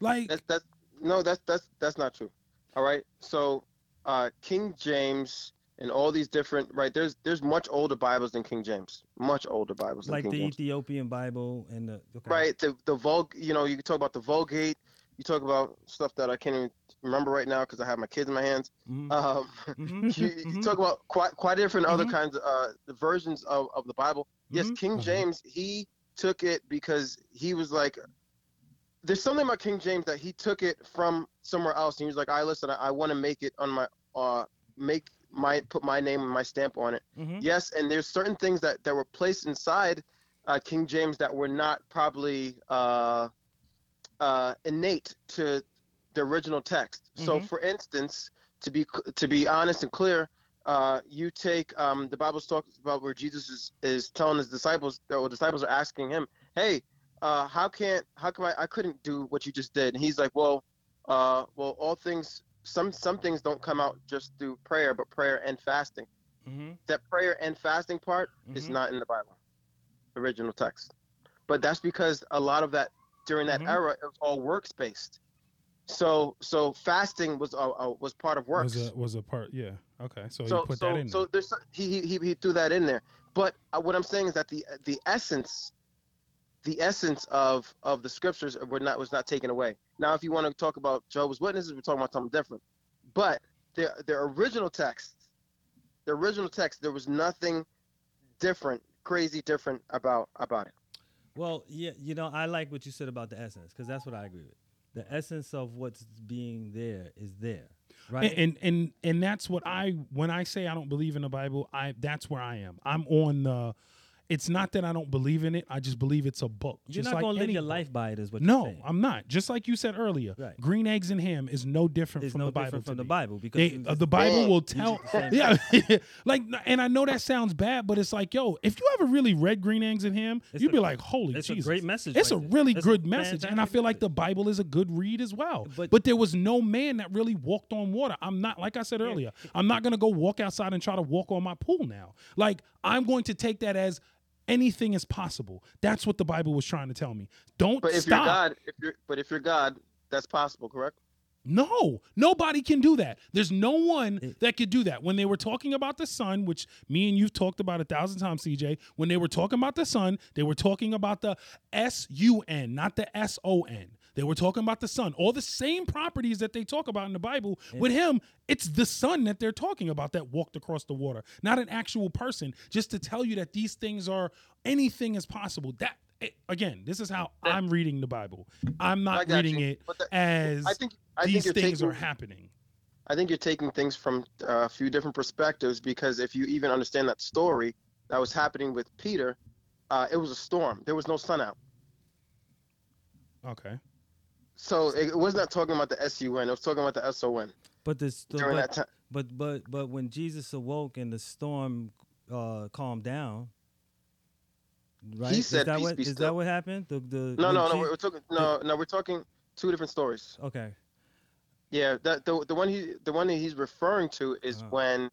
A: Like,
C: that's that's no that's that's that's not true all right so uh king james and all these different right there's there's much older bibles than king james much older bibles than
B: like
C: king
B: the
C: james
B: Ethiopian Bible and the okay.
C: right the the vulg you know you can talk about the vulgate you talk about stuff that i can't even remember right now because i have my kids in my hands
B: Mhm,
C: um
B: mhm,
C: you, you
B: mhm.
C: talk about quite quite different other
B: Mhm.
C: kinds of uh, the versions of, of the Bible. Yes,
B: Mhm.
C: King
A: Uh-huh.
C: James he took it because he was like, there's something about King James that he took it from somewhere else, and he was like, I listen, I, I want to make it on my uh make my put my name and my stamp on it.
B: Mhm.
C: Yes, and there's certain things that that were placed inside uh, King James that were not probably uh, uh, innate to the original text. So,
B: Mhm.
C: for instance, to be cl- to be honest and clear, uh, you take um, the Bible talks about where Jesus is, is telling his disciples, or disciples are asking him, "Hey, uh, how can't how come I, I couldn't do what you just did?" And he's like, "Well, uh, well, all things some some things don't come out just through prayer, but prayer and fasting.
B: Mm-hmm.
C: That prayer and fasting part is
A: Mm-hmm.
B: Mhm.
C: not in the Bible, original text. But that's because a lot of that during that
A: Mm-hmm.
B: Mhm.
C: era it was all works based. So so fasting was a, a was part of works.
A: Was a was a part. Yeah. Okay. So,
C: so
A: you put
C: so
A: that in.
C: so
A: there.
C: there's he, he he- he threw that in there. But uh, what I'm saying is that the the essence, the essence of of the scriptures were not was not taken away. Now, if you want to talk about Jehovah's Witnesses, we're talking about something different. But their their original text, the original text, there was nothing different, crazy different about about it.
B: Well, yeah, you know, I like what you said about the essence because that's what I agree with. The essence of what's being there is there, right?
A: And, and and and that's what I when I say I don't believe in the Bible, I that's where I am. I'm on the. It's not that I don't believe in it. I just believe it's a book.
B: you're
A: just
B: not
A: like
B: gonna live
A: any
B: your
A: book.
B: life by it, is what? you're
A: No,
B: saying.
A: I'm not. Just like you said earlier,
B: Right.
A: green eggs and ham is no different
B: It's
A: from
B: no
A: the Bible.
B: different
A: to
B: from the
A: me.
B: Bible because
A: They,
B: you
A: uh,
B: just-
A: the Bible will tell.
B: just-
A: Yeah, like, and I know that sounds bad, but it's like, yo, if you ever really read Green Eggs and Ham,
B: It's a-
A: you'd be like, holy
B: it's
A: Jesus,
B: a great message.
A: it's
B: right
A: a
B: there.
A: really
B: It's a
A: good message, and I
B: fantastic
A: feel like the
B: message.
A: Bible is a good read as well. But,
B: But-
A: there was no man that really walked on water. I'm not, like I said earlier, I'm not gonna go walk outside and try to walk on my pool now. Like I'm going to take that as anything is possible. That's what the Bible was trying to tell me. Don't
C: But if
A: stop.
C: you're God, if you're but if you're God, that's possible, correct?
A: No, nobody can do that. There's no one
B: It-
A: that could do that. When they were talking about the sun, which me and you've talked about a thousand times, CJ, when they were talking about the sun, they were talking about the S U N, not the S O N. They were talking about the sun. All the same properties that they talk about in the Bible, with him, it's the sun that they're talking about that walked across the water, not an actual person, just to tell you that these things are anything is possible. That, eh, again, this is how I'm reading the Bible. I'm
C: I
A: not
C: got
A: reading
C: you.
A: it
C: But the-
A: as
C: I think I
A: these
C: think you're
A: things
C: taking,
A: are happening.
C: I think you're taking things from uh, a few different perspectives because if you even understand that story that was happening with Peter, uh, it was a storm. There was no sun out.
A: Okay.
C: So it, it was not talking about the S-U-N. It was talking about the S-O-N
B: But this, the,
C: during
B: but,
C: that time.
B: but but but when Jesus awoke and the storm uh, calmed down, right? is
C: said,
B: that
C: "Peace
B: what,
C: be
B: is
C: still."
B: that what happened? The, the
C: No,
B: when
C: no, no.
B: Je-
C: We're talking. No, no. We're talking two different stories.
B: okay.
C: Yeah, that the the one he the one that he's referring to is
B: Uh-huh.
C: when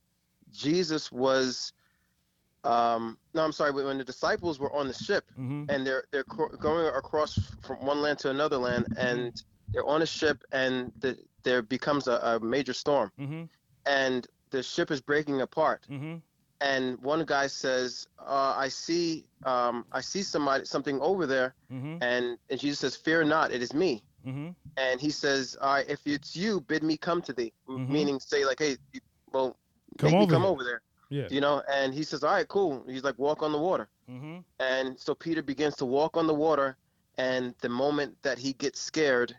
C: Jesus was. Um, no, I'm sorry. When when the disciples were on the ship
B: hmm
C: and they're they're cro- going across from one land to another land,
A: Mm-hmm.
C: and they're on a ship, and the, there becomes a, a major storm,
B: hmm
C: and the ship is breaking apart.
B: hmm
C: And one guy says, uh, "I see, um, I see somebody, something over there,"
B: hmm
C: and and Jesus says, "Fear not, it is me."
B: hmm
C: And he says, "All right, if it's you, bid me come to thee,"
B: Mhm.
C: meaning say like, "Hey, you- well,
A: Mm-hmm. Come
C: make
A: over
C: me come
A: here.
C: over there,"
A: Yeah.
C: you know. And he says, "All right, cool." He's like, "Walk on the water."
B: hmm
C: And so Peter begins to walk on the water, and the moment that he gets scared,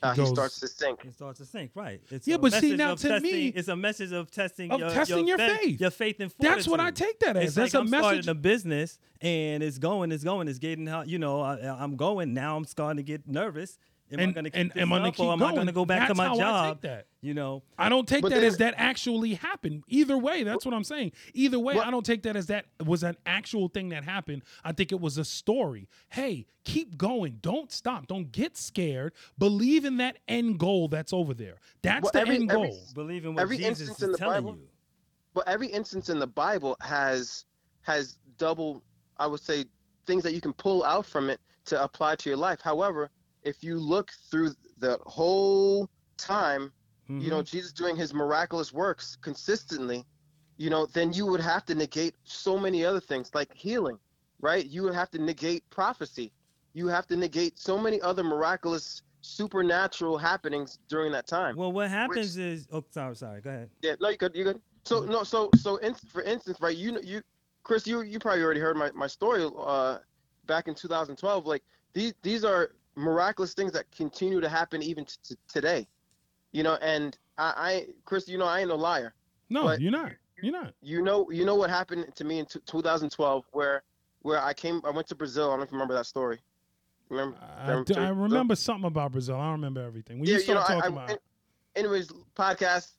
C: uh, he
A: goes-
C: starts to sink.
B: It starts to sink, right? It's
A: Yeah,
B: a
A: but see,
B: message
A: now
B: of
A: to
B: testing-
A: me-
B: it's a message of testing
A: of
B: your,
A: testing your
B: fa-
A: faith.
B: your faith and
A: That's what I
B: fortitude.
A: take that as.
B: It's
A: That's
B: like
A: a
B: I'm
A: message.
B: starting a business and it's going, it's going, it's getting how you know I, I'm going. Now I'm starting to get nervous. Am I
A: and
B: going to keep
A: and
B: this
A: am I gonna
B: up
A: keep
B: or am
A: going?
B: I going to go back to
A: That's
B: my
A: how I
B: job?
A: take that.
B: You know,
A: I don't take
C: But
A: that
C: there-
A: as that actually happened. Either way, that's what I'm saying. Either way,
C: Well-
A: I don't take that as that was an actual thing that happened. I think it was a story. Hey, keep going. Don't stop. Don't get scared. Believe in that end goal that's over there. That's
C: Well,
A: the
C: every-
A: end
C: every-
A: goal.
B: believe in what
C: Every
B: Jesus
C: instance
B: is
C: in the
B: telling
C: Bible-
B: you.
C: But every instance in the Bible has has double, I would say, things that you can pull out from it to apply to your life. However, if you look through the whole time,
B: Mm-hmm.
C: you know, Jesus doing his miraculous works consistently, you know, then you would have to negate so many other things like healing, right? You would have to negate prophecy. You have to negate so many other miraculous supernatural happenings during that time.
B: Well, what happens is, oh, sorry, sorry, go ahead.
C: Yeah, no, you good, you good. So no, so so in, for instance, right? You know, you Chris, you you probably already heard my my story uh, back in 2012. Like these these are miraculous things that continue to happen even t- t- today, you know. And I, I Chris, you know, I ain't no liar.
A: No,
C: But-
A: you're not. You're not.
C: You know, you know what happened to me in t- 2012, where where I came, I went to Brazil. I don't know if you remember that story. Remember?
A: I, do- I remember something about Brazil. I don't remember everything. When you start talking about
C: anyways, podcast.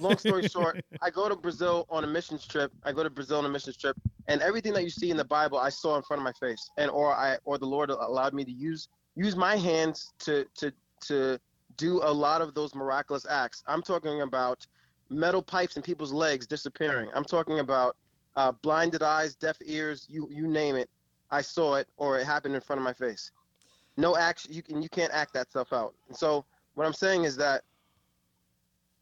C: long story short, I go to Brazil on a mission trip. I go to Brazil on a mission trip, and everything that you see in the Bible, I saw in front of my face, and or I or the Lord allowed me to use use my hands to to to do a lot of those miraculous acts. I'm talking about metal pipes in people's legs disappearing. I'm talking about uh, blinded eyes, deaf ears, you you name it. I saw it or it happened in front of my face. No action you can you can't act that stuff out. And so what I'm saying is that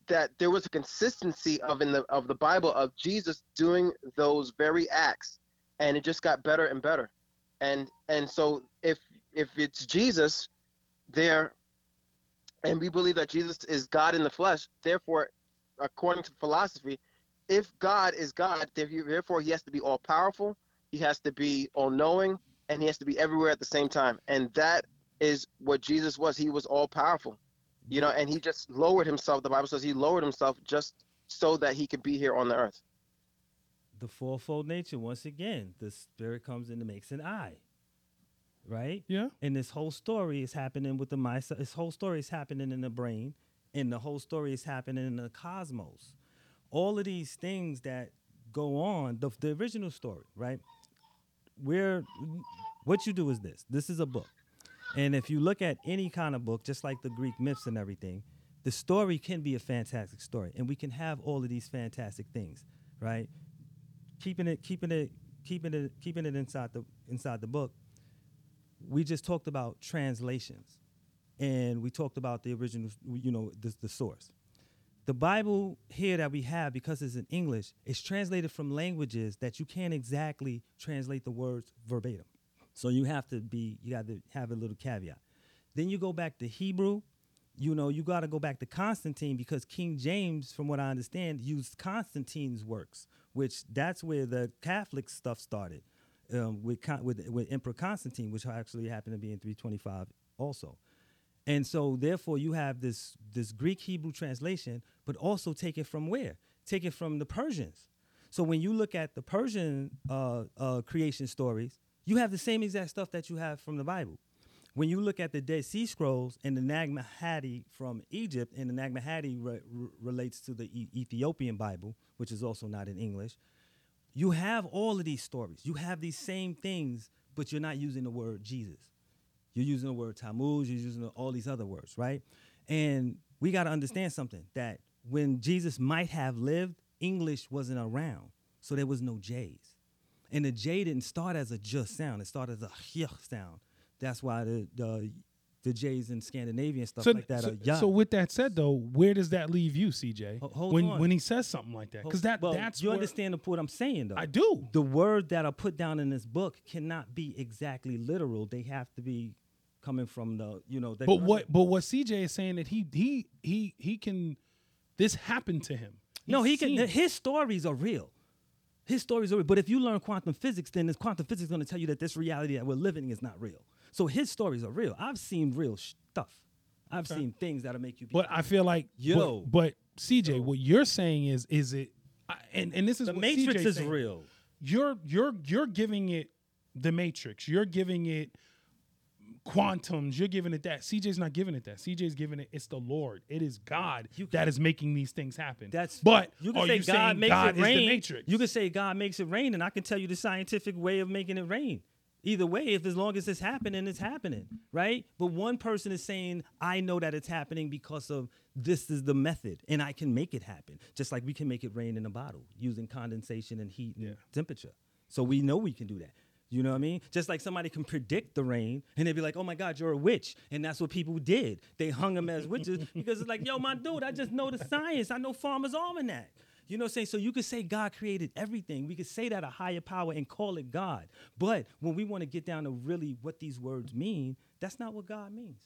C: that there was a consistency of in the of the Bible of Jesus doing those very acts and it just got better and better. And and so if if it's Jesus there and we believe that Jesus is God in the flesh, therefore according to philosophy, if God is God, therefore he has to be all powerful, he has to be all knowing, and he has to be everywhere at the same time. And that is what Jesus was. He was all powerful, you know, and he just lowered himself. The Bible says he lowered himself just so that he could be here on the earth.
B: The fourfold nature, once again, the spirit comes in and makes an eye. Right?
A: Yeah.
B: And this whole story is happening with the mind. This whole story is happening in the brain, and the whole story is happening in the cosmos all of these things that go on the, the original story right where what you do is this this is a book and if you look at any kind of book just like the greek myths and everything the story can be a fantastic story and we can have all of these fantastic things right keeping it keeping it keeping it keeping it inside the inside the book we just talked about translations and we talked about the original you know the, the source the Bible here that we have, because it's in English, is translated from languages that you can't exactly translate the words verbatim. So you have to be, you got to have a little caveat. Then you go back to Hebrew. You know, you got to go back to Constantine because King James, from what I understand, used Constantine's works, which that's where the Catholic stuff started um, with, Con- with with Emperor Constantine, which actually happened to be in 325 also and so therefore you have this this greek hebrew translation but also take it from where take it from the persians so when you look at the persian uh, uh, creation stories you have the same exact stuff that you have from the bible when you look at the dead sea scrolls and the nag hammadi from egypt and the nag hammadi re- re- relates to the e- ethiopian bible which is also not in english you have all of these stories you have these same things but you're not using the word jesus you're using the word Tammuz, you're using all these other words, right? And we got to understand something that when Jesus might have lived, English wasn't around. So there was no J's. And the J didn't start as a J sound, it started as a H sound. That's why the, the, the J's in Scandinavian stuff
A: So,
B: like that
A: so,
B: are yah.
A: so with that said, though, where does that leave you, CJ?
B: Ho- hold
A: when
B: on.
A: when he says something like that, because that
B: Well,
A: that's
B: you
A: where-
B: understand what I'm saying though.
A: I do.
B: the word that are put down in this book cannot be exactly literal. They have to be coming from the you know. they
A: But
B: can-
A: what but what CJ is saying that he he he he can this happened to him.
B: No, he
A: He's
B: can.
A: seen it.
B: His stories are real. His stories are real. But if you learn quantum physics, then this quantum physics is going to tell you that this reality that we're living is not real. So his stories are real. I've seen real stuff. I've seen things that'll make you. Be
A: But I feel like
B: Yo.
A: But, but CJ, what you're saying is is it? I- And and this is
B: the
A: what
B: Matrix
A: CJ
B: is
A: saying.
B: real.
A: You're you're you're giving it the Matrix. You're giving it quantums. You're giving it that. CJ's not giving it that. CJ's giving it. It's the Lord. It is God that is making these things happen.
B: That's
A: but
B: you can
A: are
B: say
A: you
B: God
A: saying
B: makes
A: God
B: it rain.
A: is the Matrix.
B: You can say God makes it rain, and I can tell you the scientific way of making it rain. Either way, if as long as it's happening, it's happening, right? But one person is saying, I know that it's happening because of this is the method, and I can make it happen. Just like we can make it rain in a bottle using condensation and heat and temperature. So we know we can do that. You know what I mean? Just like somebody can predict the rain and they'd be like, oh my God, you're a witch. And that's what people did. They hung them as witches because it's like, yo, my dude, I just know the science. I know Farmer's Almanac. You know what I'm saying? So you could say God created everything. We could say that a higher power and call it God. But when we want to get down to really what these words mean, that's not what God means.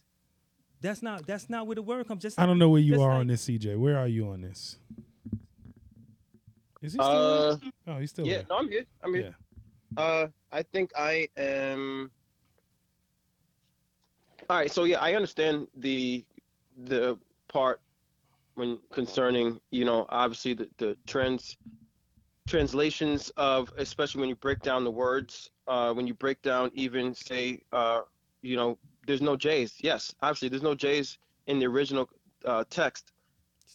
B: That's not that's not where the word comes. Just
A: I don't know where you
B: just
A: are
B: like-
A: on this, CJ. Where are you on this? Is he still?
C: Uh,
A: there? oh, he's still.
C: yeah,
A: there.
C: no, I'm here. I'm here.
A: yeah.
C: Uh, I think I am. All right, so yeah, I understand the the part when concerning you know obviously the the trends translations of especially when you break down the words uh, when you break down even say uh, you know there's no J's yes obviously there's no J's in the original uh, text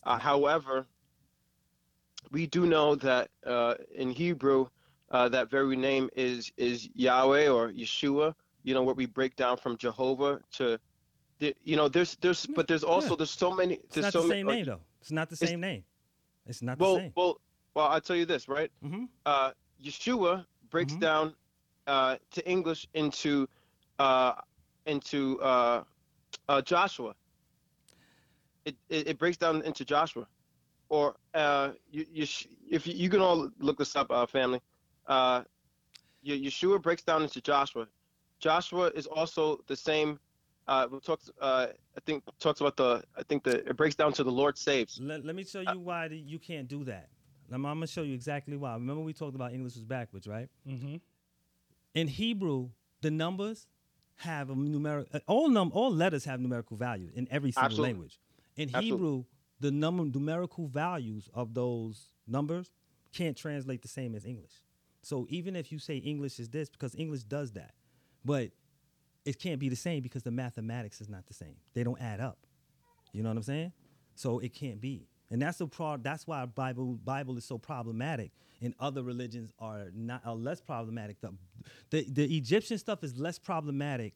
C: uh, however we do know that uh, in Hebrew uh, that very name is is Yahweh or Yeshua. You know what we break down from Jehovah to the- you know, there's there's but there's also there's so many
B: It's
C: there's
B: not
C: so
B: the
C: many-
B: same
C: like,
B: name though. It's not the
C: it's-
B: same name. It's not the
C: Well,
B: same.
C: well, well. I will tell you this, right?
B: Mhm.
C: Uh, Yeshua breaks
B: Mhm.
C: down uh, to English into uh, into uh, uh, Joshua. It, it it breaks down into Joshua, or uh, you, you sh- if you, you can all look this up, uh, family. Uh, Ye- Yeshua breaks down into Joshua. Joshua is also the same. Uh, we talked. Uh, I think talks about the. I think the it breaks down to the Lord saves.
B: Let, let me show you why the, you can't do that. I'm, I'm gonna show you exactly why. Remember we talked about English was backwards, right?
A: Mm-hmm.
B: In Hebrew, the numbers have a numeric. uh, All num all letters have numerical value in every single
C: Absolutely.
B: language. In
C: Absolutely.
B: Hebrew, the number numerical values of those numbers can't translate the same as English. So even if you say English is this, because English does that, but it can't be the same because the mathematics is not the same. They don't add up. You know what I'm saying? So it can't be. And that's the pro- that's why Bible Bible is so problematic and other religions are not are less problematic. The, the the Egyptian stuff is less problematic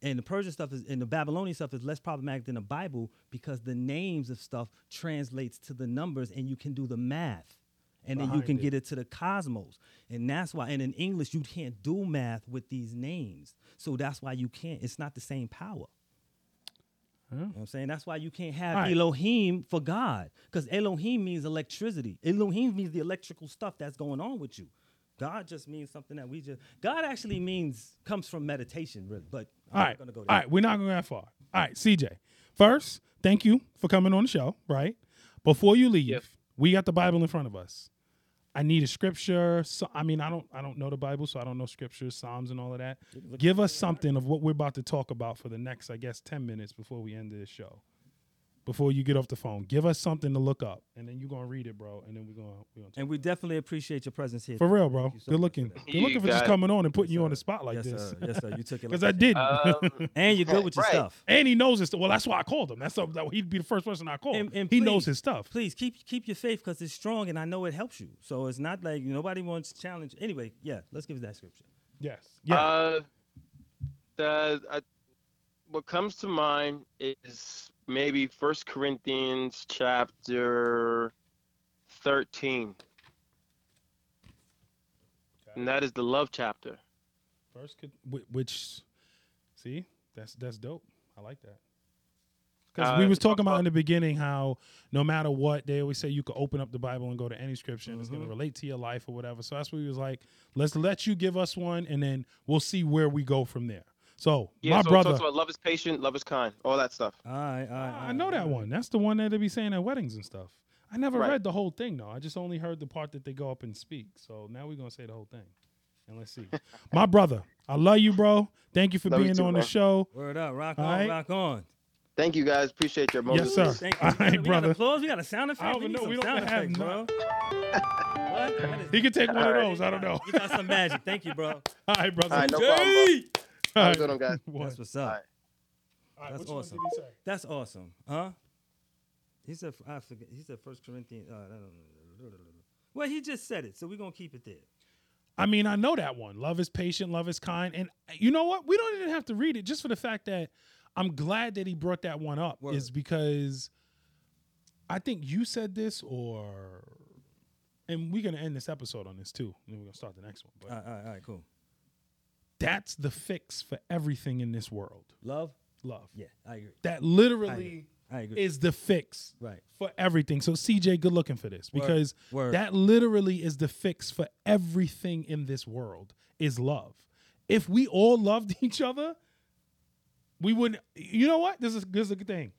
B: and the Persian stuff is and the Babylonian stuff is less problematic than the Bible because the names of stuff translates to the numbers and you can do the math. And then you
A: Behind
B: can
A: it.
B: get it to the cosmos. And that's why and in English you can't do math with these names. So that's why you can't it's not the same power. You know what I'm saying? That's why you can't have
A: All right.
B: Elohim for God. Because Elohim means electricity. Elohim means the electrical stuff that's going on with you. God just means something that we just God actually means comes from meditation, really. But
A: All right.
B: gonna go
A: All right. We're not going that far. All right, CJ. First, thank you for coming on the show, right? Before you leave,
C: Yes.
A: we got the Bible in front of us. I need a scripture. So I mean, I don't I don't know the Bible, so I don't know scriptures, Psalms and all of that. Give us something of what we're about to talk about for the next, I guess, 10 minutes before we end this show. Before you get off the phone. Give us something to look up. And then you're gonna read it, bro. And then we're gonna we're gonna talk.
B: And we definitely appreciate your presence here.
A: For real, bro.
B: you so much
A: Good looking.
B: for that.
A: Good looking
C: You
A: for just
C: got it.
A: coming on and putting you on
B: sir.
A: the spot like
B: yes,
A: this.
B: Sir. Yes, sir. You took it.
A: Because I
B: like that.
A: didn't.
C: Um,
B: And you're good with your
C: Right.
B: stuff.
A: And he knows his. Well, that's why I called him. That's a, that he'd be the first person I called.
B: And- and
A: he knows
B: please-
A: his stuff.
B: Please keep keep your faith because it's strong and I know it helps you. So it's not like nobody wants to challenge. Anyway, yeah, let's give it that scripture.
A: Yes. Yeah.
C: Uh, the I, what comes to mind is maybe First Corinthians chapter thirteen, and that is the love chapter.
A: First, could, whi- which, see, that's that's dope. I like that. Because we
C: Uh,
A: was talking about
C: uh,
A: in the beginning how no matter what they always say you could open up the Bible and go to any scripture and it's
C: Mm-hmm.
A: going to relate to your life or whatever. So that's what we was like. Let's let you give us one and then we'll see where we go from there. So my
C: so it
A: brother,
C: talks about love is patient, love is kind, all that stuff.
B: All right, all right. all
A: I
B: right,
A: know
B: all
A: that
B: right.
A: one. That's the one that they be saying at weddings and stuff. I never
C: Right.
A: read the whole thing though. I just only heard the part that they go up and speak. So now we're gonna say the whole thing, and let's see. My brother, I love you, bro. Thank you for
C: Love you
A: being
C: too,
A: on the
C: bro.
A: show.
B: Word up, rock
A: All
B: on,
A: right.
B: rock on.
C: Thank you guys, appreciate your
A: Yes,
C: moments.
A: sir.
B: Thank you.
A: All
B: We got-
A: right,
B: we Got
A: brother.
B: applause. We got a sound effect.
A: I don't
B: we need
A: know.
B: some
A: We don't
B: sound
A: have
B: effects, bro.
A: none.
B: What? That is-
A: He could take one of
C: All right.
A: those. I don't know.
B: You got some magic. Thank you, bro.
A: All right, brother.
C: All right, no
B: Jay!
C: problem, bro. Have a good one, guys.
A: One.
B: That's what's up.
C: All right.
A: All right,
B: That's
A: which one
B: awesome.
A: did he say?
B: That's awesome, huh? He said, I forget. He said First Corinthians. Uh, I don't know. well, he just said it, so we're gonna keep it there.
A: I mean, I know that one. Love is patient, love is kind. And you know what? We don't even have to read it just for the fact that I'm glad that he brought that one up
B: Word.
A: is because I think you said this or and we're going to end this episode on this too. And then we're going to start the next one. But
B: All right, all right, all right, cool.
A: that's the fix for everything in this world.
B: Love.
A: Love.
B: Yeah, I agree.
A: That literally
B: I agree.
A: is the fix
B: Right.
A: for everything. So CJ, good looking for this
B: Word,
A: because
B: word.
A: that literally is the fix for everything in this world is love. If we all loved each other, we wouldn't. You know what? This is this is a good thing.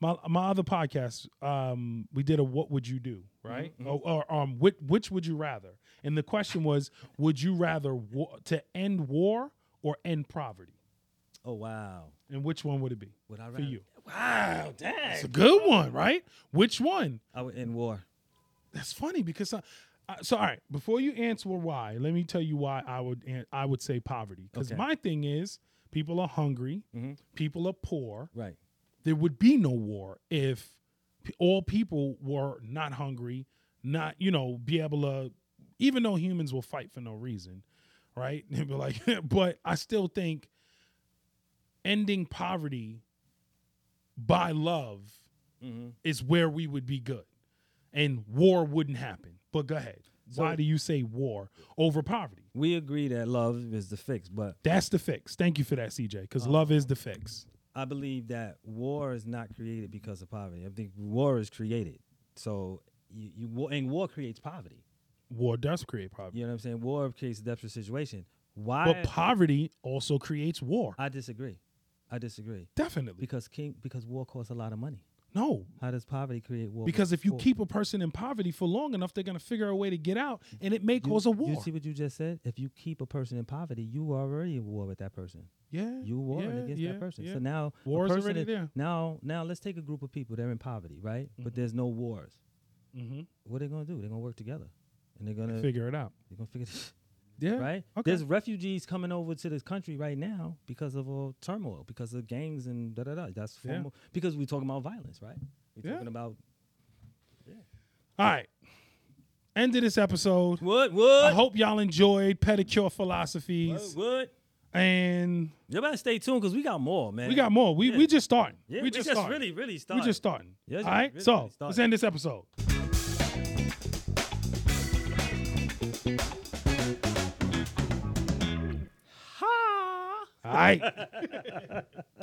A: My my other podcast, um, we did a what would you do, right? Or, or um, which, which would you rather? And the question was, would you rather wa- to end war or end poverty?
B: oh wow.
A: And which one would it be?
B: Would I
A: For
B: rather?
A: you,
B: Wow, dang.
A: it's a good one, right? Which one?
B: I would end war.
A: That's funny because I, I, so all right. Before you answer why, let me tell you why I would an- I would say poverty because
B: Okay.
A: my thing is people are hungry,
B: Mhm.
A: people are poor.
B: Right.
A: There would be no war if p- all people were not hungry, not you know be able to. Even though humans will fight for no reason, right? They'll be like, but I still think ending poverty by love
B: hmm
A: is where we would be good, and war wouldn't happen. But go ahead. Why
B: So-
A: do you say war over poverty?
B: We agree that love is the fix, but
A: That's the fix. Thank you for that, CJ, because love is the fix.
B: I believe that war is not created because of poverty. I think war is created. So you, you war, and war creates poverty.
A: War does create poverty,
B: You know what I'm saying? War creates a desperate situation. Why?
A: but poverty also creates war.
B: I disagree. I disagree
A: Definitely.
B: because king because war costs a lot of money.
A: No,
B: How does poverty create war?
A: because if you
B: War.
A: keep a person in poverty for long enough, they're gonna figure a way to get out, and it may
B: You-
A: cause a war.
B: You see what you just said? If you keep a person in poverty, you are already in war with that person.
A: yeah,
B: You warring
A: yeah,
B: against
A: yeah,
B: that person.
A: yeah.
B: So now a
A: War is
B: person
A: already there. Mm-hmm.
B: Now, now let's take a group of people. They're in poverty, right? But there's no wars.
A: Mhm.
B: What are they gonna do? They're gonna work together, and they're gonna
A: figure it out.
B: they're gonna figure this
A: Yeah,
B: right.
A: Okay.
B: There's refugees coming over to this country right now because of all turmoil, because of gangs and da da da. That's
A: Yeah.
B: formal, because we're talking about violence, right? We're
A: Yeah.
B: talking about
A: All right. End of this episode.
B: what
A: I
B: what
A: hope y'all enjoyed pedicure philosophies,
B: what.
A: and
B: You better stay tuned because we got more, man.
A: we got more. We we just starting.
B: Yeah,
A: we just, starting.
B: really, really
A: we
B: started.
A: just starting.
B: Yeah,
A: All
B: just
A: right.
B: really,
A: so
B: really
A: let's
B: started.
A: end this episode.
B: Ha!
A: All right.